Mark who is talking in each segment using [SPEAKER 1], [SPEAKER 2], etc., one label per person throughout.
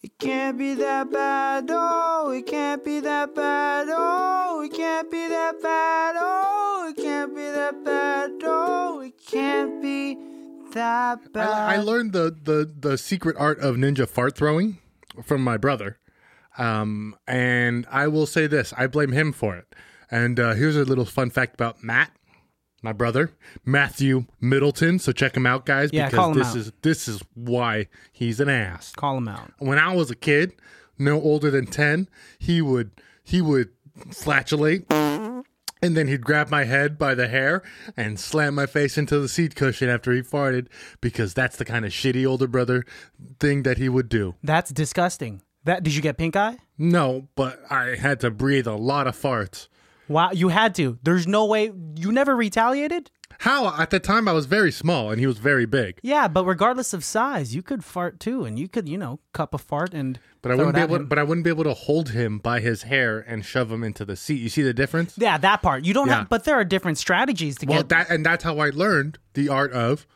[SPEAKER 1] It can't be that bad, oh, it can't be that bad, oh, it can't be that bad, oh, it can't be that bad, oh, it can't be that bad.
[SPEAKER 2] I, I learned the, the the secret art of ninja fart throwing from my brother, um, and I will say this: I blame him for it. And uh, here's a little fun fact about Matt, my brother, Matthew Middleton. So check him out, guys,
[SPEAKER 1] Yeah,
[SPEAKER 2] because
[SPEAKER 1] call him
[SPEAKER 2] this
[SPEAKER 1] out.
[SPEAKER 2] is this is why he's an ass
[SPEAKER 1] Call him out.
[SPEAKER 2] when I was a kid, no older than ten, he would he would flatulate, and then he'd grab my head by the hair and slam my face into the seat cushion after he farted because that's the kind of shitty older brother thing that he would do.
[SPEAKER 1] That's disgusting. That did you get pink eye?
[SPEAKER 2] No, but I had to breathe a lot of farts.
[SPEAKER 1] Wow, you had to. There's no way you never retaliated.
[SPEAKER 2] How at the time I was very small and he was very big,
[SPEAKER 1] Yeah, but regardless of size, you could fart too, and you could, you know, cup a fart and.
[SPEAKER 2] but I
[SPEAKER 1] throw
[SPEAKER 2] wouldn't
[SPEAKER 1] it
[SPEAKER 2] be
[SPEAKER 1] at
[SPEAKER 2] able.
[SPEAKER 1] him.
[SPEAKER 2] But I wouldn't be able to hold him by his hair and shove him into the seat. You see the difference?
[SPEAKER 1] Yeah, that part you don't
[SPEAKER 2] Yeah.
[SPEAKER 1] have, but there are different strategies to
[SPEAKER 2] Well,
[SPEAKER 1] get.
[SPEAKER 2] that and that's how I learned the art of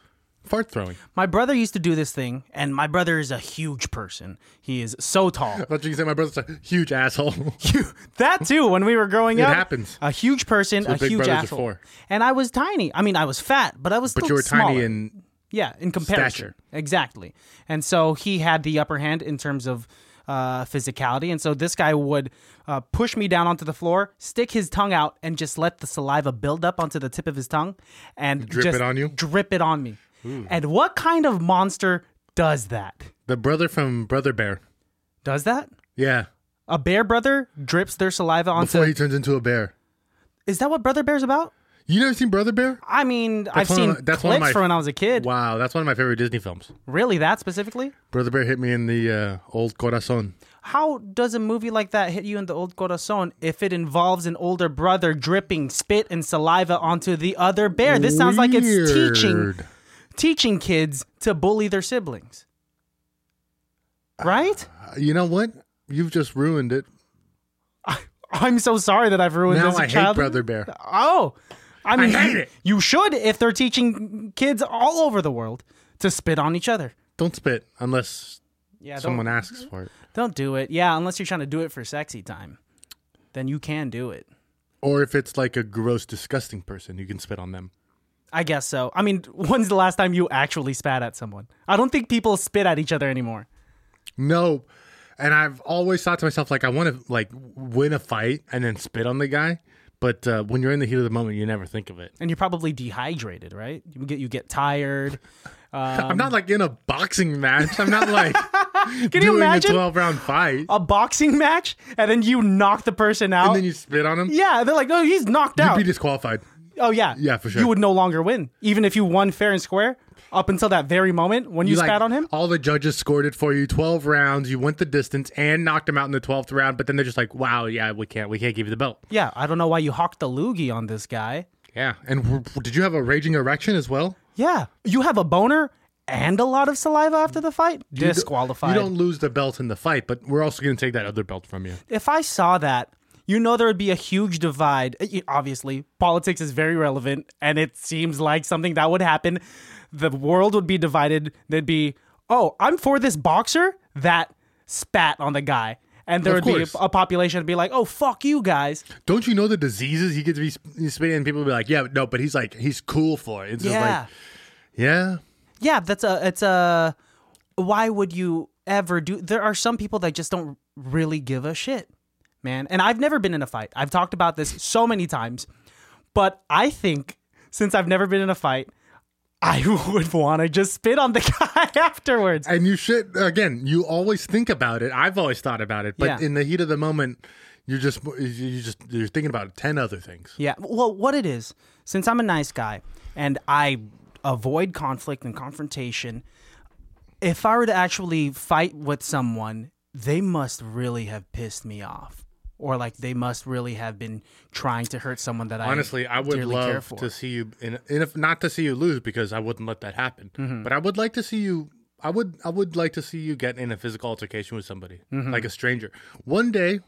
[SPEAKER 2] fart throwing.
[SPEAKER 1] my brother used to do this thing, and my brother is a huge person. He is so tall.
[SPEAKER 2] I thought you could say my brother's a huge asshole.
[SPEAKER 1] You- that too. When we were growing up,
[SPEAKER 2] happens.
[SPEAKER 1] A huge person, a
[SPEAKER 2] big
[SPEAKER 1] huge
[SPEAKER 2] brothers are
[SPEAKER 1] asshole,
[SPEAKER 2] for.
[SPEAKER 1] and I was tiny. I mean, I was fat, but I was.
[SPEAKER 2] but
[SPEAKER 1] still
[SPEAKER 2] you were tiny
[SPEAKER 1] smaller.
[SPEAKER 2] and
[SPEAKER 1] Yeah, in comparison.
[SPEAKER 2] Stature.
[SPEAKER 1] Exactly. And so he had the upper hand in terms of uh, physicality. And so this guy would uh, push me down onto the floor, stick his tongue out, and just let the saliva build up onto the tip of his tongue and
[SPEAKER 2] Drip
[SPEAKER 1] just
[SPEAKER 2] it on you?
[SPEAKER 1] Drip it on me. And what kind of monster does that?
[SPEAKER 2] the brother from Brother Bear.
[SPEAKER 1] Does that?
[SPEAKER 2] Yeah.
[SPEAKER 1] A bear brother drips their saliva onto.
[SPEAKER 2] Before he turns into a bear.
[SPEAKER 1] Is that what Brother Bear's about?
[SPEAKER 2] You never seen Brother Bear?
[SPEAKER 1] I mean, I've
[SPEAKER 2] one
[SPEAKER 1] seen
[SPEAKER 2] of my- that's one
[SPEAKER 1] clips
[SPEAKER 2] of my-
[SPEAKER 1] from when I was a kid.
[SPEAKER 2] Wow, that's one of my favorite Disney films.
[SPEAKER 1] Really, that specifically?
[SPEAKER 2] Brother Bear hit me in the uh, old corazon.
[SPEAKER 1] how does a movie like that hit you in the old corazon if it involves an older brother dripping spit and saliva onto the other bear? This sounds like it's teaching
[SPEAKER 2] Weird.
[SPEAKER 1] teaching kids to bully their siblings. Right?
[SPEAKER 2] Uh, You know what? You've just ruined it.
[SPEAKER 1] I'm so sorry that I've ruined
[SPEAKER 2] now
[SPEAKER 1] this
[SPEAKER 2] I hate
[SPEAKER 1] child.
[SPEAKER 2] Brother Bear.
[SPEAKER 1] Oh. I mean
[SPEAKER 2] hate
[SPEAKER 1] you,
[SPEAKER 2] it.
[SPEAKER 1] you should if they're teaching kids all over the world to spit on each other.
[SPEAKER 2] Don't spit unless
[SPEAKER 1] Yeah,
[SPEAKER 2] someone asks for it.
[SPEAKER 1] don't do it. Yeah, unless you're trying to do it for sexy time. Then you can do it.
[SPEAKER 2] Or if it's like a gross, disgusting person, you can spit on them.
[SPEAKER 1] I guess so. I mean, when's the last time you actually spat at someone? I don't think people spit at each other anymore.
[SPEAKER 2] No. And I've always thought to myself, like, I want to like win a fight and then spit on the guy. But uh, when you're in the heat of the moment, you never think of it.
[SPEAKER 1] And you're probably dehydrated, right? You get you get tired.
[SPEAKER 2] I'm not like in a boxing match. I'm not like
[SPEAKER 1] Um, Can you
[SPEAKER 2] doing
[SPEAKER 1] imagine
[SPEAKER 2] a 12 round fight
[SPEAKER 1] a boxing match and then you knock the person out?
[SPEAKER 2] and then you spit on him.
[SPEAKER 1] yeah, they're like, oh, he's knocked
[SPEAKER 2] You'd
[SPEAKER 1] out.
[SPEAKER 2] be disqualified.
[SPEAKER 1] oh yeah,
[SPEAKER 2] Yeah, for sure.
[SPEAKER 1] You would no longer win, even if you won fair and square up until that very moment when you,
[SPEAKER 2] like,
[SPEAKER 1] spat on him.
[SPEAKER 2] All the judges scored it for you. 12 rounds. You went the distance and knocked him out in the 12th round. But then they're just like, wow, yeah, we can't, we can't give you the belt.
[SPEAKER 1] Yeah, I don't know why you hawked the loogie on this guy.
[SPEAKER 2] Yeah. And w- w- did you have a raging erection as well?
[SPEAKER 1] Yeah, you have a boner and a lot of saliva after the fight. Disqualified.
[SPEAKER 2] You don't lose the belt in the fight, but we're also going to take that other belt from you.
[SPEAKER 1] if I saw that, you know there would be a huge divide. Uh, y- Obviously, politics is very relevant, and it seems like something that would happen. The world would be divided. There'd be, oh, I'm for this boxer that spat on the guy. And there
[SPEAKER 2] Of
[SPEAKER 1] would
[SPEAKER 2] course.
[SPEAKER 1] be a, a population that'd be like, oh, fuck you guys.
[SPEAKER 2] Don't you know the diseases he gets to be sp- he's spitting? And people be like, yeah, no, but he's like, he's cool for it. It's just
[SPEAKER 1] Yeah.
[SPEAKER 2] like, yeah.
[SPEAKER 1] yeah, that's a, it's a, why would you ever do, there are some people that just don't really give a shit, man. And I've never been in a fight. I've talked about this so many times. But I think since I've never been in a fight, I would want to just spit on the guy afterwards.
[SPEAKER 2] And you should, again, you always think about it. I've always thought about it, but
[SPEAKER 1] Yeah.
[SPEAKER 2] in the heat of the moment, you're just, you just, you're thinking about 10 other things.
[SPEAKER 1] Yeah. Well, what it is, since I'm a nice guy and I avoid conflict and confrontation, if I were to actually fight with someone, they must really have pissed me off. Or like they must really have been trying to hurt someone that I
[SPEAKER 2] Honestly, I would
[SPEAKER 1] dearly care
[SPEAKER 2] love
[SPEAKER 1] for.
[SPEAKER 2] to see you, in, in if not to see you lose because I wouldn't let that happen,
[SPEAKER 1] Mm-hmm.
[SPEAKER 2] but I would like to see you. I would, I would like to see you get in a physical altercation with somebody,
[SPEAKER 1] Mm-hmm.
[SPEAKER 2] like a stranger. One day,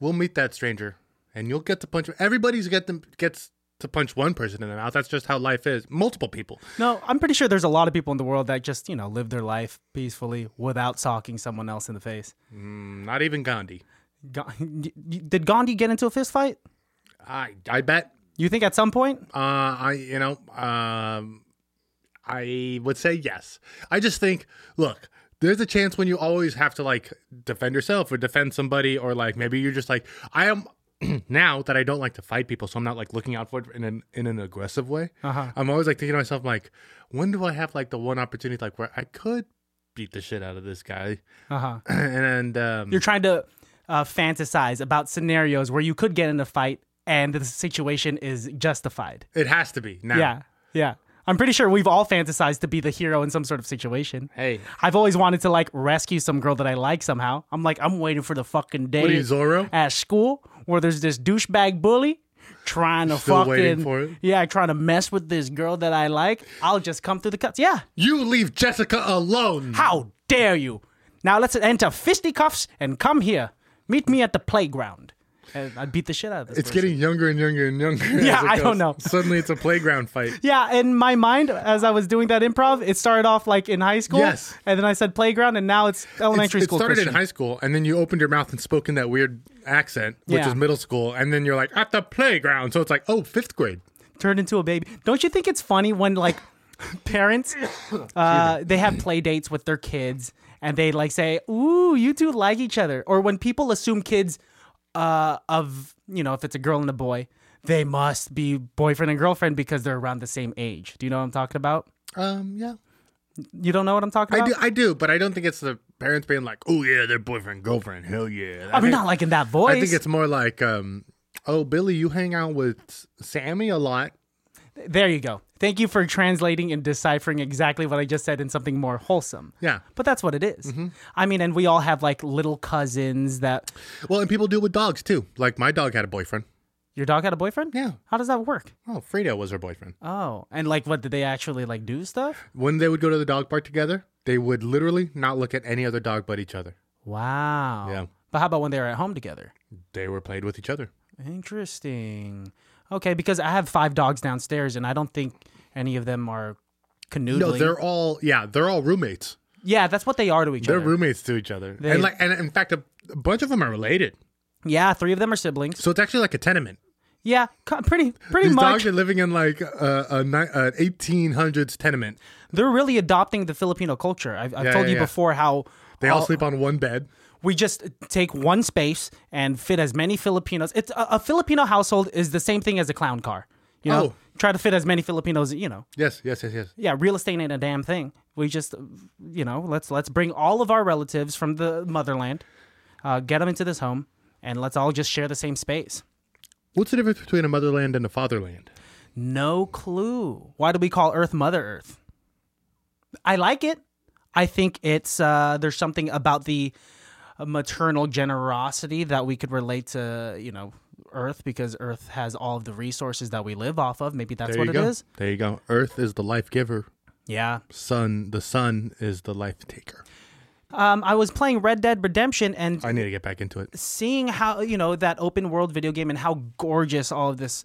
[SPEAKER 2] we'll meet that stranger, and you'll get to punch him. Everybody's get them gets to punch one person in the mouth. That's just how life is. Multiple people.
[SPEAKER 1] No, I'm pretty sure there's a lot of people in the world that just, you know, live their life peacefully without socking someone else in the face.
[SPEAKER 2] Mm, Not even Gandhi.
[SPEAKER 1] Ga- Did Gandhi get into a fist fight?
[SPEAKER 2] I I bet.
[SPEAKER 1] You think at some point?
[SPEAKER 2] Uh, I you know um, I would say yes. I just think look. There's a chance when you always have to like defend yourself or defend somebody, or like maybe you're just like I am now that I don't like to fight people, so I'm not like looking out for it in an in an aggressive way.
[SPEAKER 1] Uh-huh.
[SPEAKER 2] I'm always like thinking to myself like, when do I have like the one opportunity like where I could beat the shit out of this guy?
[SPEAKER 1] Uh huh.
[SPEAKER 2] and um,
[SPEAKER 1] You're trying to uh, fantasize about scenarios where you could get in a fight and the situation is justified.
[SPEAKER 2] it has to be now.
[SPEAKER 1] Yeah. Yeah. I'm pretty sure we've all fantasized to be the hero in some sort of situation.
[SPEAKER 2] Hey,
[SPEAKER 1] I've always wanted to like rescue some girl that I like somehow. I'm like, I'm waiting for the fucking day
[SPEAKER 2] what are you Zorro?
[SPEAKER 1] at school where there's this douchebag bully trying to
[SPEAKER 2] Still waiting
[SPEAKER 1] fucking
[SPEAKER 2] for it?
[SPEAKER 1] yeah, trying to mess with this girl that I like. I'll just come through the cuts. Yeah,
[SPEAKER 2] You leave Jessica alone.
[SPEAKER 1] how dare you? Now let's enter fisticuffs and come here. Meet me at the playground. And I beat the shit out of this.
[SPEAKER 2] It's
[SPEAKER 1] person.
[SPEAKER 2] getting younger and younger and younger.
[SPEAKER 1] Yeah,
[SPEAKER 2] as it
[SPEAKER 1] I don't
[SPEAKER 2] goes.
[SPEAKER 1] know.
[SPEAKER 2] Suddenly, it's a playground fight.
[SPEAKER 1] yeah, in my mind, as I was doing that improv, it started off like in high school.
[SPEAKER 2] Yes.
[SPEAKER 1] And then I said playground, and now it's elementary
[SPEAKER 2] it
[SPEAKER 1] school.
[SPEAKER 2] started
[SPEAKER 1] Christian.
[SPEAKER 2] in high school, and then you opened your mouth and spoke in that weird accent, which
[SPEAKER 1] Yeah.
[SPEAKER 2] is middle school, and then you're like at the playground. So it's like, oh, fifth grade.
[SPEAKER 1] turned into a baby. Don't you think it's funny when like parents uh, they have play dates with their kids and they like say, "Ooh, you two like each other," or when people assume kids uh, of you know if it's a girl and a boy, they must be boyfriend and girlfriend because they're around the same age. Do you know what I'm talking about?
[SPEAKER 2] Um, yeah,
[SPEAKER 1] You don't know what I'm talking
[SPEAKER 2] I
[SPEAKER 1] about.
[SPEAKER 2] do, I do, but I don't think it's the parents being like, oh yeah, their boyfriend, girlfriend, hell yeah. I
[SPEAKER 1] I'm
[SPEAKER 2] think-
[SPEAKER 1] not liking that voice.
[SPEAKER 2] I think it's more like, um, oh Billy, you hang out with Sammy a lot.
[SPEAKER 1] there you go. Thank you for translating and deciphering exactly what I just said in something more wholesome.
[SPEAKER 2] Yeah.
[SPEAKER 1] But that's what it is.
[SPEAKER 2] Mm-hmm.
[SPEAKER 1] I mean, and we all have like little cousins that
[SPEAKER 2] Well, and people do it with dogs too. Like my dog had a boyfriend.
[SPEAKER 1] Your dog had a boyfriend?
[SPEAKER 2] Yeah.
[SPEAKER 1] How does that work?
[SPEAKER 2] Oh, Frida was her boyfriend.
[SPEAKER 1] Oh, and like, what did they actually like do stuff?
[SPEAKER 2] when they would go to the dog park together, they would literally not look at any other dog but each other.
[SPEAKER 1] Wow.
[SPEAKER 2] Yeah.
[SPEAKER 1] But how about when they were at home together?
[SPEAKER 2] They were played with each other.
[SPEAKER 1] Interesting. Okay, because I have five dogs downstairs, and I don't think any of them are canoodling.
[SPEAKER 2] No, they're all yeah, they're all roommates.
[SPEAKER 1] yeah, that's what they are to each
[SPEAKER 2] They're
[SPEAKER 1] other.
[SPEAKER 2] roommates to each other, and like and in fact, a, a bunch of them are related.
[SPEAKER 1] yeah, three of them are siblings.
[SPEAKER 2] So it's actually like a tenement.
[SPEAKER 1] Yeah, co- pretty pretty
[SPEAKER 2] These
[SPEAKER 1] much.
[SPEAKER 2] dogs are living in like a, a, ni- a 1800s tenement.
[SPEAKER 1] They're really adopting the Filipino culture. I've, I've
[SPEAKER 2] Yeah,
[SPEAKER 1] told
[SPEAKER 2] yeah,
[SPEAKER 1] you
[SPEAKER 2] yeah.
[SPEAKER 1] before how
[SPEAKER 2] They
[SPEAKER 1] Oh.
[SPEAKER 2] all sleep on one bed.
[SPEAKER 1] we just take one space and fit as many Filipinos. It's a, a Filipino household is the same thing as a clown car. You know,
[SPEAKER 2] Oh.
[SPEAKER 1] try to fit as many Filipinos. You know,
[SPEAKER 2] Yes, yes, yes, yes.
[SPEAKER 1] yeah, real estate ain't a damn thing. We just, you know, let's let's bring all of our relatives from the motherland, uh, get them into this home, and let's all just share the same space.
[SPEAKER 2] What's the difference between a motherland and a fatherland?
[SPEAKER 1] No clue. Why do we call Earth Mother Earth? I like it. I think it's uh, there's something about the maternal generosity that we could relate to, you know, Earth because Earth has all of the resources that we live off of. Maybe that's
[SPEAKER 2] There
[SPEAKER 1] what
[SPEAKER 2] you
[SPEAKER 1] it is.
[SPEAKER 2] go. There you go. Earth is the life giver.
[SPEAKER 1] Yeah.
[SPEAKER 2] Sun, the sun is the life taker.
[SPEAKER 1] Um, I was playing Red Dead Redemption and
[SPEAKER 2] I need to get back into it.
[SPEAKER 1] seeing how you know that open world video game and how gorgeous all of this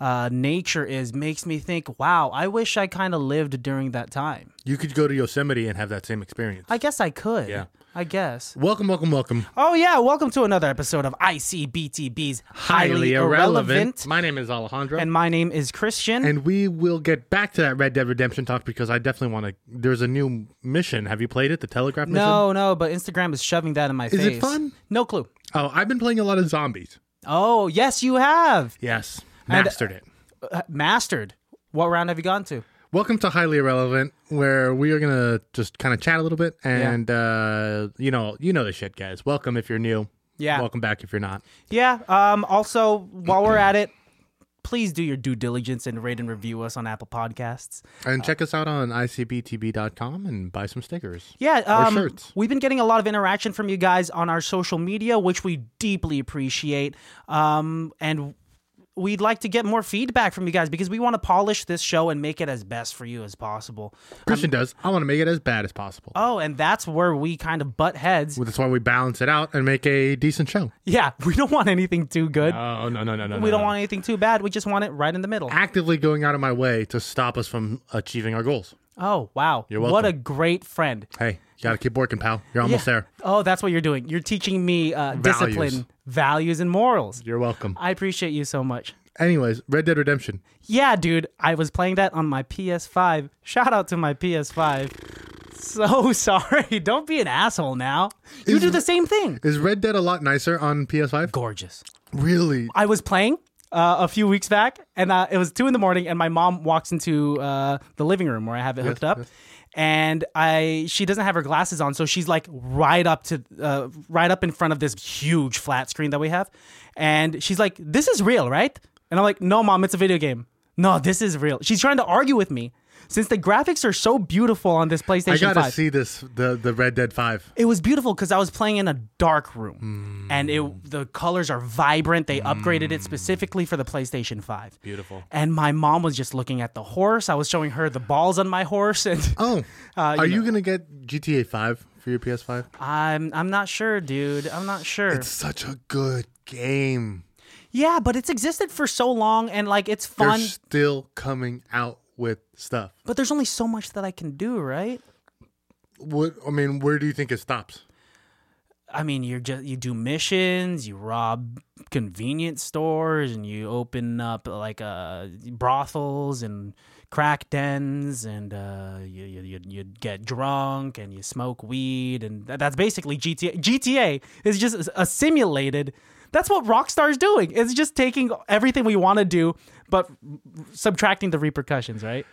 [SPEAKER 1] uh, nature is makes me think, wow, I wish I kind of lived during that time.
[SPEAKER 2] You could go to Yosemite and have that same experience.
[SPEAKER 1] I guess I could.
[SPEAKER 2] Yeah.
[SPEAKER 1] I guess.
[SPEAKER 2] Welcome, welcome, welcome.
[SPEAKER 1] Oh yeah, welcome to another episode of ICBTB's Highly, Irrelevant.
[SPEAKER 2] My name is Alejandro. And,
[SPEAKER 1] And my name is Christian.
[SPEAKER 2] we will get back to that Red Dead Redemption talk because I definitely want to. There's a new mission. Have you played it? The Telegraph mission?
[SPEAKER 1] no, no, but Instagram is shoving that in my face.
[SPEAKER 2] it fun?
[SPEAKER 1] No clue.
[SPEAKER 2] Oh, I've been playing a lot of zombies.
[SPEAKER 1] Oh, yes, you have.
[SPEAKER 2] Yes. Mastered it.
[SPEAKER 1] Uh, mastered. What round have you gone to?
[SPEAKER 2] Welcome to Highly Irrelevant, where we are going to just kind of chat a little bit. And, uh, you know, you know the shit, guys. Welcome if you're new.
[SPEAKER 1] Yeah.
[SPEAKER 2] Welcome back if you're not.
[SPEAKER 1] Yeah. Um, also, while we're at it, please do your due diligence and rate and review us on Apple Podcasts.
[SPEAKER 2] And check us out on icbtb.com and buy some stickers.
[SPEAKER 1] Yeah, um,
[SPEAKER 2] shirts.
[SPEAKER 1] we've been getting a lot of interaction from you guys on our social media, which we deeply appreciate. Um, and we'd like to get more feedback from you guys because we want to polish this show and make it as best for you as possible.
[SPEAKER 2] Christian does. I want to make it as bad as possible.
[SPEAKER 1] Oh, and that's where we kind of butt heads.
[SPEAKER 2] Well, That's why we balance it out and make a decent show.
[SPEAKER 1] Yeah, we don't want anything too good.
[SPEAKER 2] Oh no no no no!
[SPEAKER 1] we don't want anything too bad. We just want it right in the middle.
[SPEAKER 2] actively going out of my way to stop us from achieving our goals.
[SPEAKER 1] Oh, wow. What
[SPEAKER 2] welcome.
[SPEAKER 1] a great friend.
[SPEAKER 2] Hey, you gotta keep working, pal. You're almost
[SPEAKER 1] Yeah.
[SPEAKER 2] there.
[SPEAKER 1] Oh, that's what you're doing. You're teaching me uh, discipline, values, and morals.
[SPEAKER 2] You're welcome.
[SPEAKER 1] I appreciate you so much.
[SPEAKER 2] Anyways, Red Dead Redemption.
[SPEAKER 1] Yeah, dude, I was playing that on my PS5. Shout out to my PS5. So sorry. Don't be an asshole now. You do the same thing.
[SPEAKER 2] Is Red Dead a lot nicer on PS5?
[SPEAKER 1] Gorgeous.
[SPEAKER 2] Really?
[SPEAKER 1] I was playing uh, a few weeks back, and uh, it was two in the morning, and my mom walks into uh, the living room where I have it hooked up, and I she doesn't have her glasses on, so she's like right up to uh, right up in front of this huge flat screen that we have, and she's like, "This is real, right?" And I'm like, "No, mom, it's a video game. No, this is real." She's trying to argue with me. Since the graphics are so beautiful on this PlayStation
[SPEAKER 2] I gotta
[SPEAKER 1] 5,
[SPEAKER 2] see this the the Red Dead Five.
[SPEAKER 1] it was beautiful because I was playing in a dark room, and it the colors are vibrant. They upgraded it specifically for the PlayStation Five.
[SPEAKER 2] Beautiful.
[SPEAKER 1] And my mom was just looking at the horse. I was showing her the balls on my horse, and
[SPEAKER 2] Oh,
[SPEAKER 1] Uh, you
[SPEAKER 2] are you gonna get GTA Five for your PS5?
[SPEAKER 1] I'm I'm not sure, dude. I'm not sure.
[SPEAKER 2] Such a good game.
[SPEAKER 1] yeah, but it's existed for so long, and like it's
[SPEAKER 2] They're
[SPEAKER 1] fun.
[SPEAKER 2] still coming out with stuff.
[SPEAKER 1] but there's only so much that I can do, right?
[SPEAKER 2] What I mean, where do you think it stops?
[SPEAKER 1] I mean, you're just you do missions, you rob convenience stores, and you open up like uh, brothels and crack dens, and uh, you, you you you get drunk and you smoke weed, and tha- that's basically GTA. GTA is just a simulated. That's what Rockstar's doing. It's just taking everything we want to do, but subtracting the repercussions, right?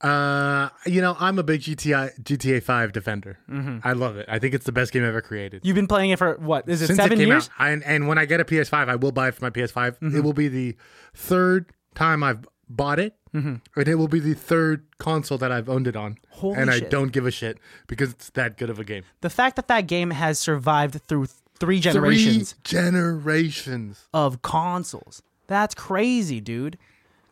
[SPEAKER 2] Uh, you know, I'm a big GTA GTA Five defender.
[SPEAKER 1] Mm-hmm.
[SPEAKER 2] I love it. I think it's the best game ever created.
[SPEAKER 1] You've been playing it for what is it
[SPEAKER 2] Since
[SPEAKER 1] seven
[SPEAKER 2] it came
[SPEAKER 1] years? Mm-hmm.
[SPEAKER 2] out, I, and, and when I get a PS5, I will buy it for my PS5. It will be the third time I've bought it, and it will be the third console that I've owned it on.
[SPEAKER 1] Mm-hmm. Holy
[SPEAKER 2] and I
[SPEAKER 1] shit.
[SPEAKER 2] don't give a shit because it's that good of a game.
[SPEAKER 1] The fact that that game has survived through th- three generations.
[SPEAKER 2] Three generations,
[SPEAKER 1] of consoles. That's crazy, dude.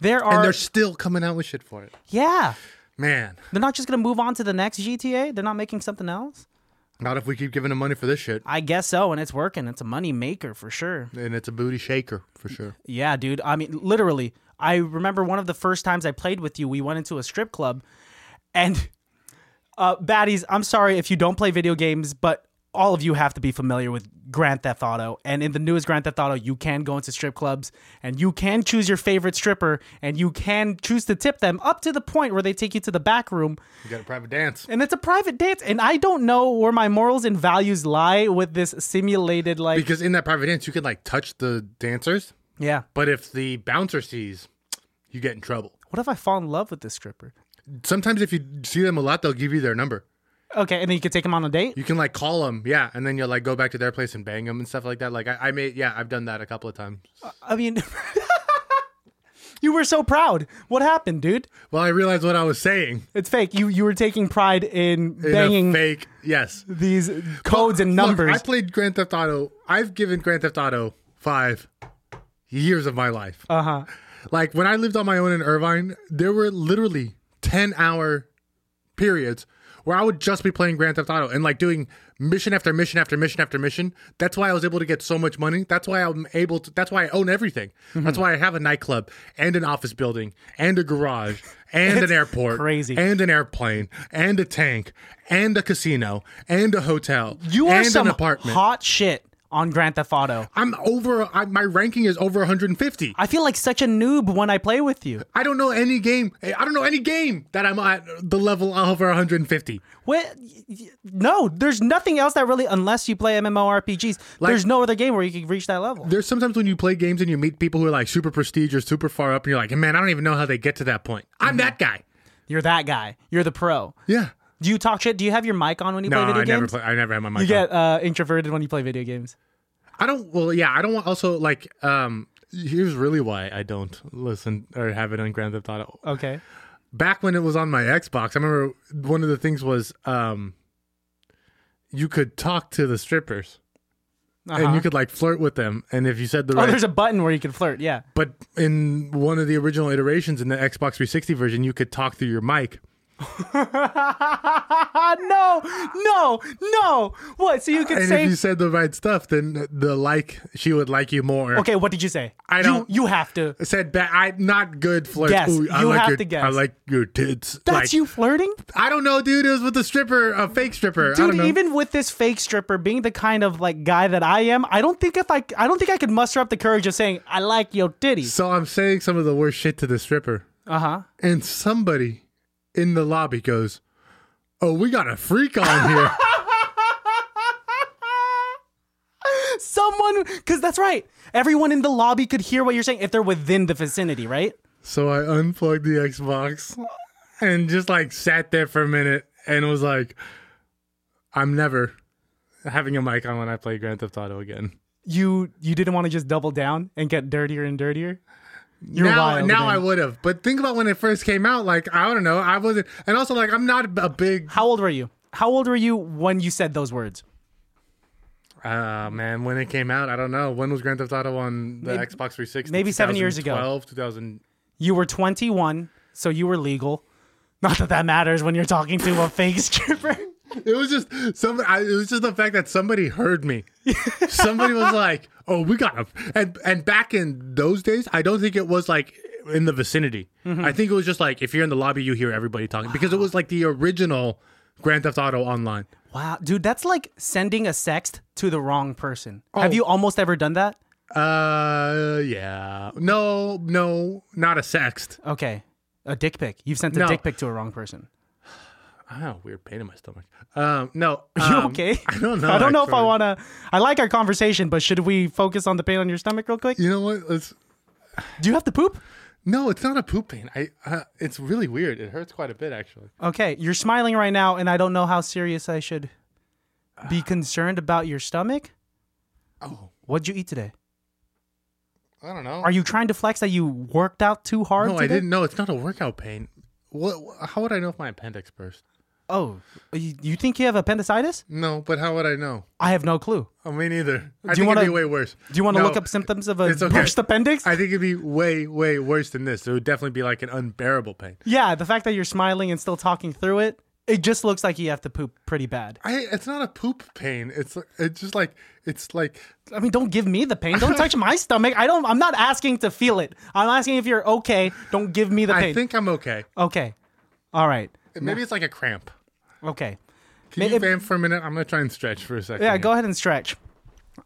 [SPEAKER 1] There
[SPEAKER 2] and
[SPEAKER 1] are
[SPEAKER 2] they're still coming out with shit for it.
[SPEAKER 1] yeah.
[SPEAKER 2] Man,
[SPEAKER 1] They're not just gonna move on to the next GTA. They're not making something else.
[SPEAKER 2] not if we keep giving them money for this shit.
[SPEAKER 1] I guess so, and it's working. It's a money maker for sure.
[SPEAKER 2] And it's a booty shaker for sure.
[SPEAKER 1] Yeah, dude. I mean, literally, I remember one of the first times I played with you. We went into a strip club, and uh, baddies. I'm sorry if you don't play video games, but all of you have to be familiar with Grand Theft Auto. And in the newest Grand Theft Auto, you can go into strip clubs and you can choose your favorite stripper and you can choose to tip them up to the point where they take you to the back room
[SPEAKER 2] You got a private dance.
[SPEAKER 1] and it's a private dance. And I don't know where my morals and values lie with this simulated like
[SPEAKER 2] Because in that private dance, you can like touch the dancers,
[SPEAKER 1] yeah.
[SPEAKER 2] but if the bouncer sees, you get in trouble.
[SPEAKER 1] What if I fall in love with this stripper?
[SPEAKER 2] Sometimes if you see them a lot, they'll give you their number.
[SPEAKER 1] Okay, and then you can take him on a date.
[SPEAKER 2] You can like call them, yeah, and then you'll like go back to their place and bang them and stuff like that. Like I, I made, yeah, I've done that a couple of times.
[SPEAKER 1] I mean, you were so proud. What happened, dude?
[SPEAKER 2] Well, I realized what I was saying.
[SPEAKER 1] It's fake. You you were taking pride in
[SPEAKER 2] In a
[SPEAKER 1] banging
[SPEAKER 2] fake, yes,
[SPEAKER 1] these codes and
[SPEAKER 2] Look,
[SPEAKER 1] numbers.
[SPEAKER 2] I played Grand Theft Auto. I've given Grand Theft Auto five years of my life.
[SPEAKER 1] uh huh.
[SPEAKER 2] Like when I lived on my own in Irvine, there were literally 10 hour periods where I would just be playing Grand Theft Auto and like doing mission after mission after mission after mission. That's why I was able to get so much money. That's why I'm able to, that's why I own everything.
[SPEAKER 1] Mm-hmm.
[SPEAKER 2] That's why I have a nightclub and an office building and a garage and an airport.
[SPEAKER 1] crazy.
[SPEAKER 2] And an airplane and a tank and a casino and a hotel.
[SPEAKER 1] You are
[SPEAKER 2] and
[SPEAKER 1] some
[SPEAKER 2] an apartment.
[SPEAKER 1] hot shit on Grand Theft Auto.
[SPEAKER 2] I'm over, I, my ranking is over 150.
[SPEAKER 1] I feel like such a noob when I play with you.
[SPEAKER 2] I don't know any game. eh, I don't know any game that I'm at the level over 150.
[SPEAKER 1] What? No, there's nothing else that really, unless you play MMORPGs, there's no other game where you can reach that level.
[SPEAKER 2] There's sometimes when you play games and you meet people who are like super prestigious, super far up, and you're like, man, I don't even know how they get to that point. I'm that guy.
[SPEAKER 1] You're that guy. You're the pro.
[SPEAKER 2] Mm-hmm. Yeah.
[SPEAKER 1] Do you talk shit? Do you have your mic on when you
[SPEAKER 2] No,
[SPEAKER 1] play video
[SPEAKER 2] I
[SPEAKER 1] games?
[SPEAKER 2] never play. I never have my mic.
[SPEAKER 1] You
[SPEAKER 2] on.
[SPEAKER 1] get uh, introverted when you play video games.
[SPEAKER 2] I don't. Well, yeah, I don't want. Also, like, um, here's really why I don't listen or have it on Grand Theft Auto.
[SPEAKER 1] Okay.
[SPEAKER 2] Back when it was on my Xbox, I remember one of the things was, um, you could talk to the strippers. and you could like flirt with them. And if you said the
[SPEAKER 1] Uh-huh. Oh,
[SPEAKER 2] right
[SPEAKER 1] there's a button where you can flirt. Yeah.
[SPEAKER 2] But in one of the original iterations in the Xbox 360 version, you could talk through your mic.
[SPEAKER 1] no, no, no. What? So you could
[SPEAKER 2] And
[SPEAKER 1] say.
[SPEAKER 2] if you said the right stuff, then the like she would like you more.
[SPEAKER 1] okay, what did you say?
[SPEAKER 2] I
[SPEAKER 1] You-
[SPEAKER 2] don't-
[SPEAKER 1] You, have to.
[SPEAKER 2] I said ba- I not good flirt.
[SPEAKER 1] Guess.
[SPEAKER 2] Ooh, I
[SPEAKER 1] You
[SPEAKER 2] like
[SPEAKER 1] have
[SPEAKER 2] your,
[SPEAKER 1] to guess.
[SPEAKER 2] I like your tits.
[SPEAKER 1] That's
[SPEAKER 2] Like,
[SPEAKER 1] you flirting,
[SPEAKER 2] I don't know, dude. It was with a stripper, a fake stripper. I
[SPEAKER 1] dude.
[SPEAKER 2] don't know.
[SPEAKER 1] Even with this fake stripper being the kind of like guy that I am, I don't think if I, I don't think I could muster up the courage of saying I like your titties.
[SPEAKER 2] so I'm saying some of the worst shit to the stripper,
[SPEAKER 1] Uh huh.
[SPEAKER 2] and somebody in the lobby goes, "Oh, we got a freak on here."
[SPEAKER 1] Someone, because that's right. Everyone in the lobby could hear what you're saying if they're within the vicinity, right?
[SPEAKER 2] So I unplugged the Xbox and just like sat there for a minute and was like, I'm never having a mic on when I play Grand Theft Auto again.
[SPEAKER 1] You you didn't want to just double down and get dirtier and dirtier. You're
[SPEAKER 2] now
[SPEAKER 1] wild,
[SPEAKER 2] now
[SPEAKER 1] man.
[SPEAKER 2] I would have. But think about when it first came out. Like, I don't know. I wasn't. And also, like, I'm not a big.
[SPEAKER 1] How old were you? How old were you when you said those words?
[SPEAKER 2] Uh, man, when it came out, I don't know. When was Grand Theft Auto on the Xbox 360?
[SPEAKER 1] maybe seven years ago.
[SPEAKER 2] 2012, 2000.
[SPEAKER 1] You were 21, so you were legal. Not that that matters when you're talking to a fake stripper.
[SPEAKER 2] It was just some. I, it was just the fact that somebody heard me. somebody was like, "Oh, we got him." And and back in those days, I don't think it was like in the vicinity. I think it was just like if you're in the lobby, you hear everybody talking because it was like the original Grand Theft Auto Online.
[SPEAKER 1] Wow, dude, that's like sending a sext to the wrong person. Have you almost ever done that?
[SPEAKER 2] Uh, yeah. No, no, not a sext.
[SPEAKER 1] Okay. A dick pic. You've sent a
[SPEAKER 2] No.
[SPEAKER 1] dick pic to a wrong person.
[SPEAKER 2] I have a weird pain in my stomach. Um, no.
[SPEAKER 1] You
[SPEAKER 2] um,
[SPEAKER 1] okay?
[SPEAKER 2] I don't know.
[SPEAKER 1] I don't know if I
[SPEAKER 2] actually.
[SPEAKER 1] want to. I like our conversation, but should we focus on the pain on your stomach real quick?
[SPEAKER 2] You know what? Let's.
[SPEAKER 1] Do you have to poop?
[SPEAKER 2] No, it's not a poop pain. I. Uh, it's really weird. It hurts quite a bit actually.
[SPEAKER 1] Okay, you're smiling right now, and I don't know how serious I should be concerned about your stomach.
[SPEAKER 2] Oh,
[SPEAKER 1] What'd you eat today?
[SPEAKER 2] I don't know.
[SPEAKER 1] Are you trying to flex that you worked out too hard?
[SPEAKER 2] No, I
[SPEAKER 1] today?
[SPEAKER 2] didn't know. It's not a workout pain. What? How would I know if my appendix burst?
[SPEAKER 1] Oh, you, you think you have appendicitis?
[SPEAKER 2] No, but how would I know?
[SPEAKER 1] I have no clue.
[SPEAKER 2] I mean, either. I
[SPEAKER 1] you
[SPEAKER 2] think
[SPEAKER 1] wanna-
[SPEAKER 2] it'd be way worse.
[SPEAKER 1] Do you want to
[SPEAKER 2] No,
[SPEAKER 1] look up symptoms of a
[SPEAKER 2] it's okay.
[SPEAKER 1] burst appendix?
[SPEAKER 2] I think it'd be way, way worse than this. It would definitely be like an unbearable pain.
[SPEAKER 1] yeah, the fact that you're smiling and still talking through it, it just looks like you have to poop pretty bad.
[SPEAKER 2] I. It's not a poop pain. It's. It's just like. It's like.
[SPEAKER 1] I mean, don't give me the pain. Don't touch my stomach. I don't. I'm not asking to feel it. I'm asking if you're okay. Don't give me the pain.
[SPEAKER 2] I think I'm okay.
[SPEAKER 1] okay. All right.
[SPEAKER 2] Maybe it's like a cramp.
[SPEAKER 1] Okay.
[SPEAKER 2] Can you
[SPEAKER 1] Maybe-
[SPEAKER 2] fan for a minute? I'm gonna try and stretch for a second.
[SPEAKER 1] Yeah,
[SPEAKER 2] here.
[SPEAKER 1] go ahead and stretch.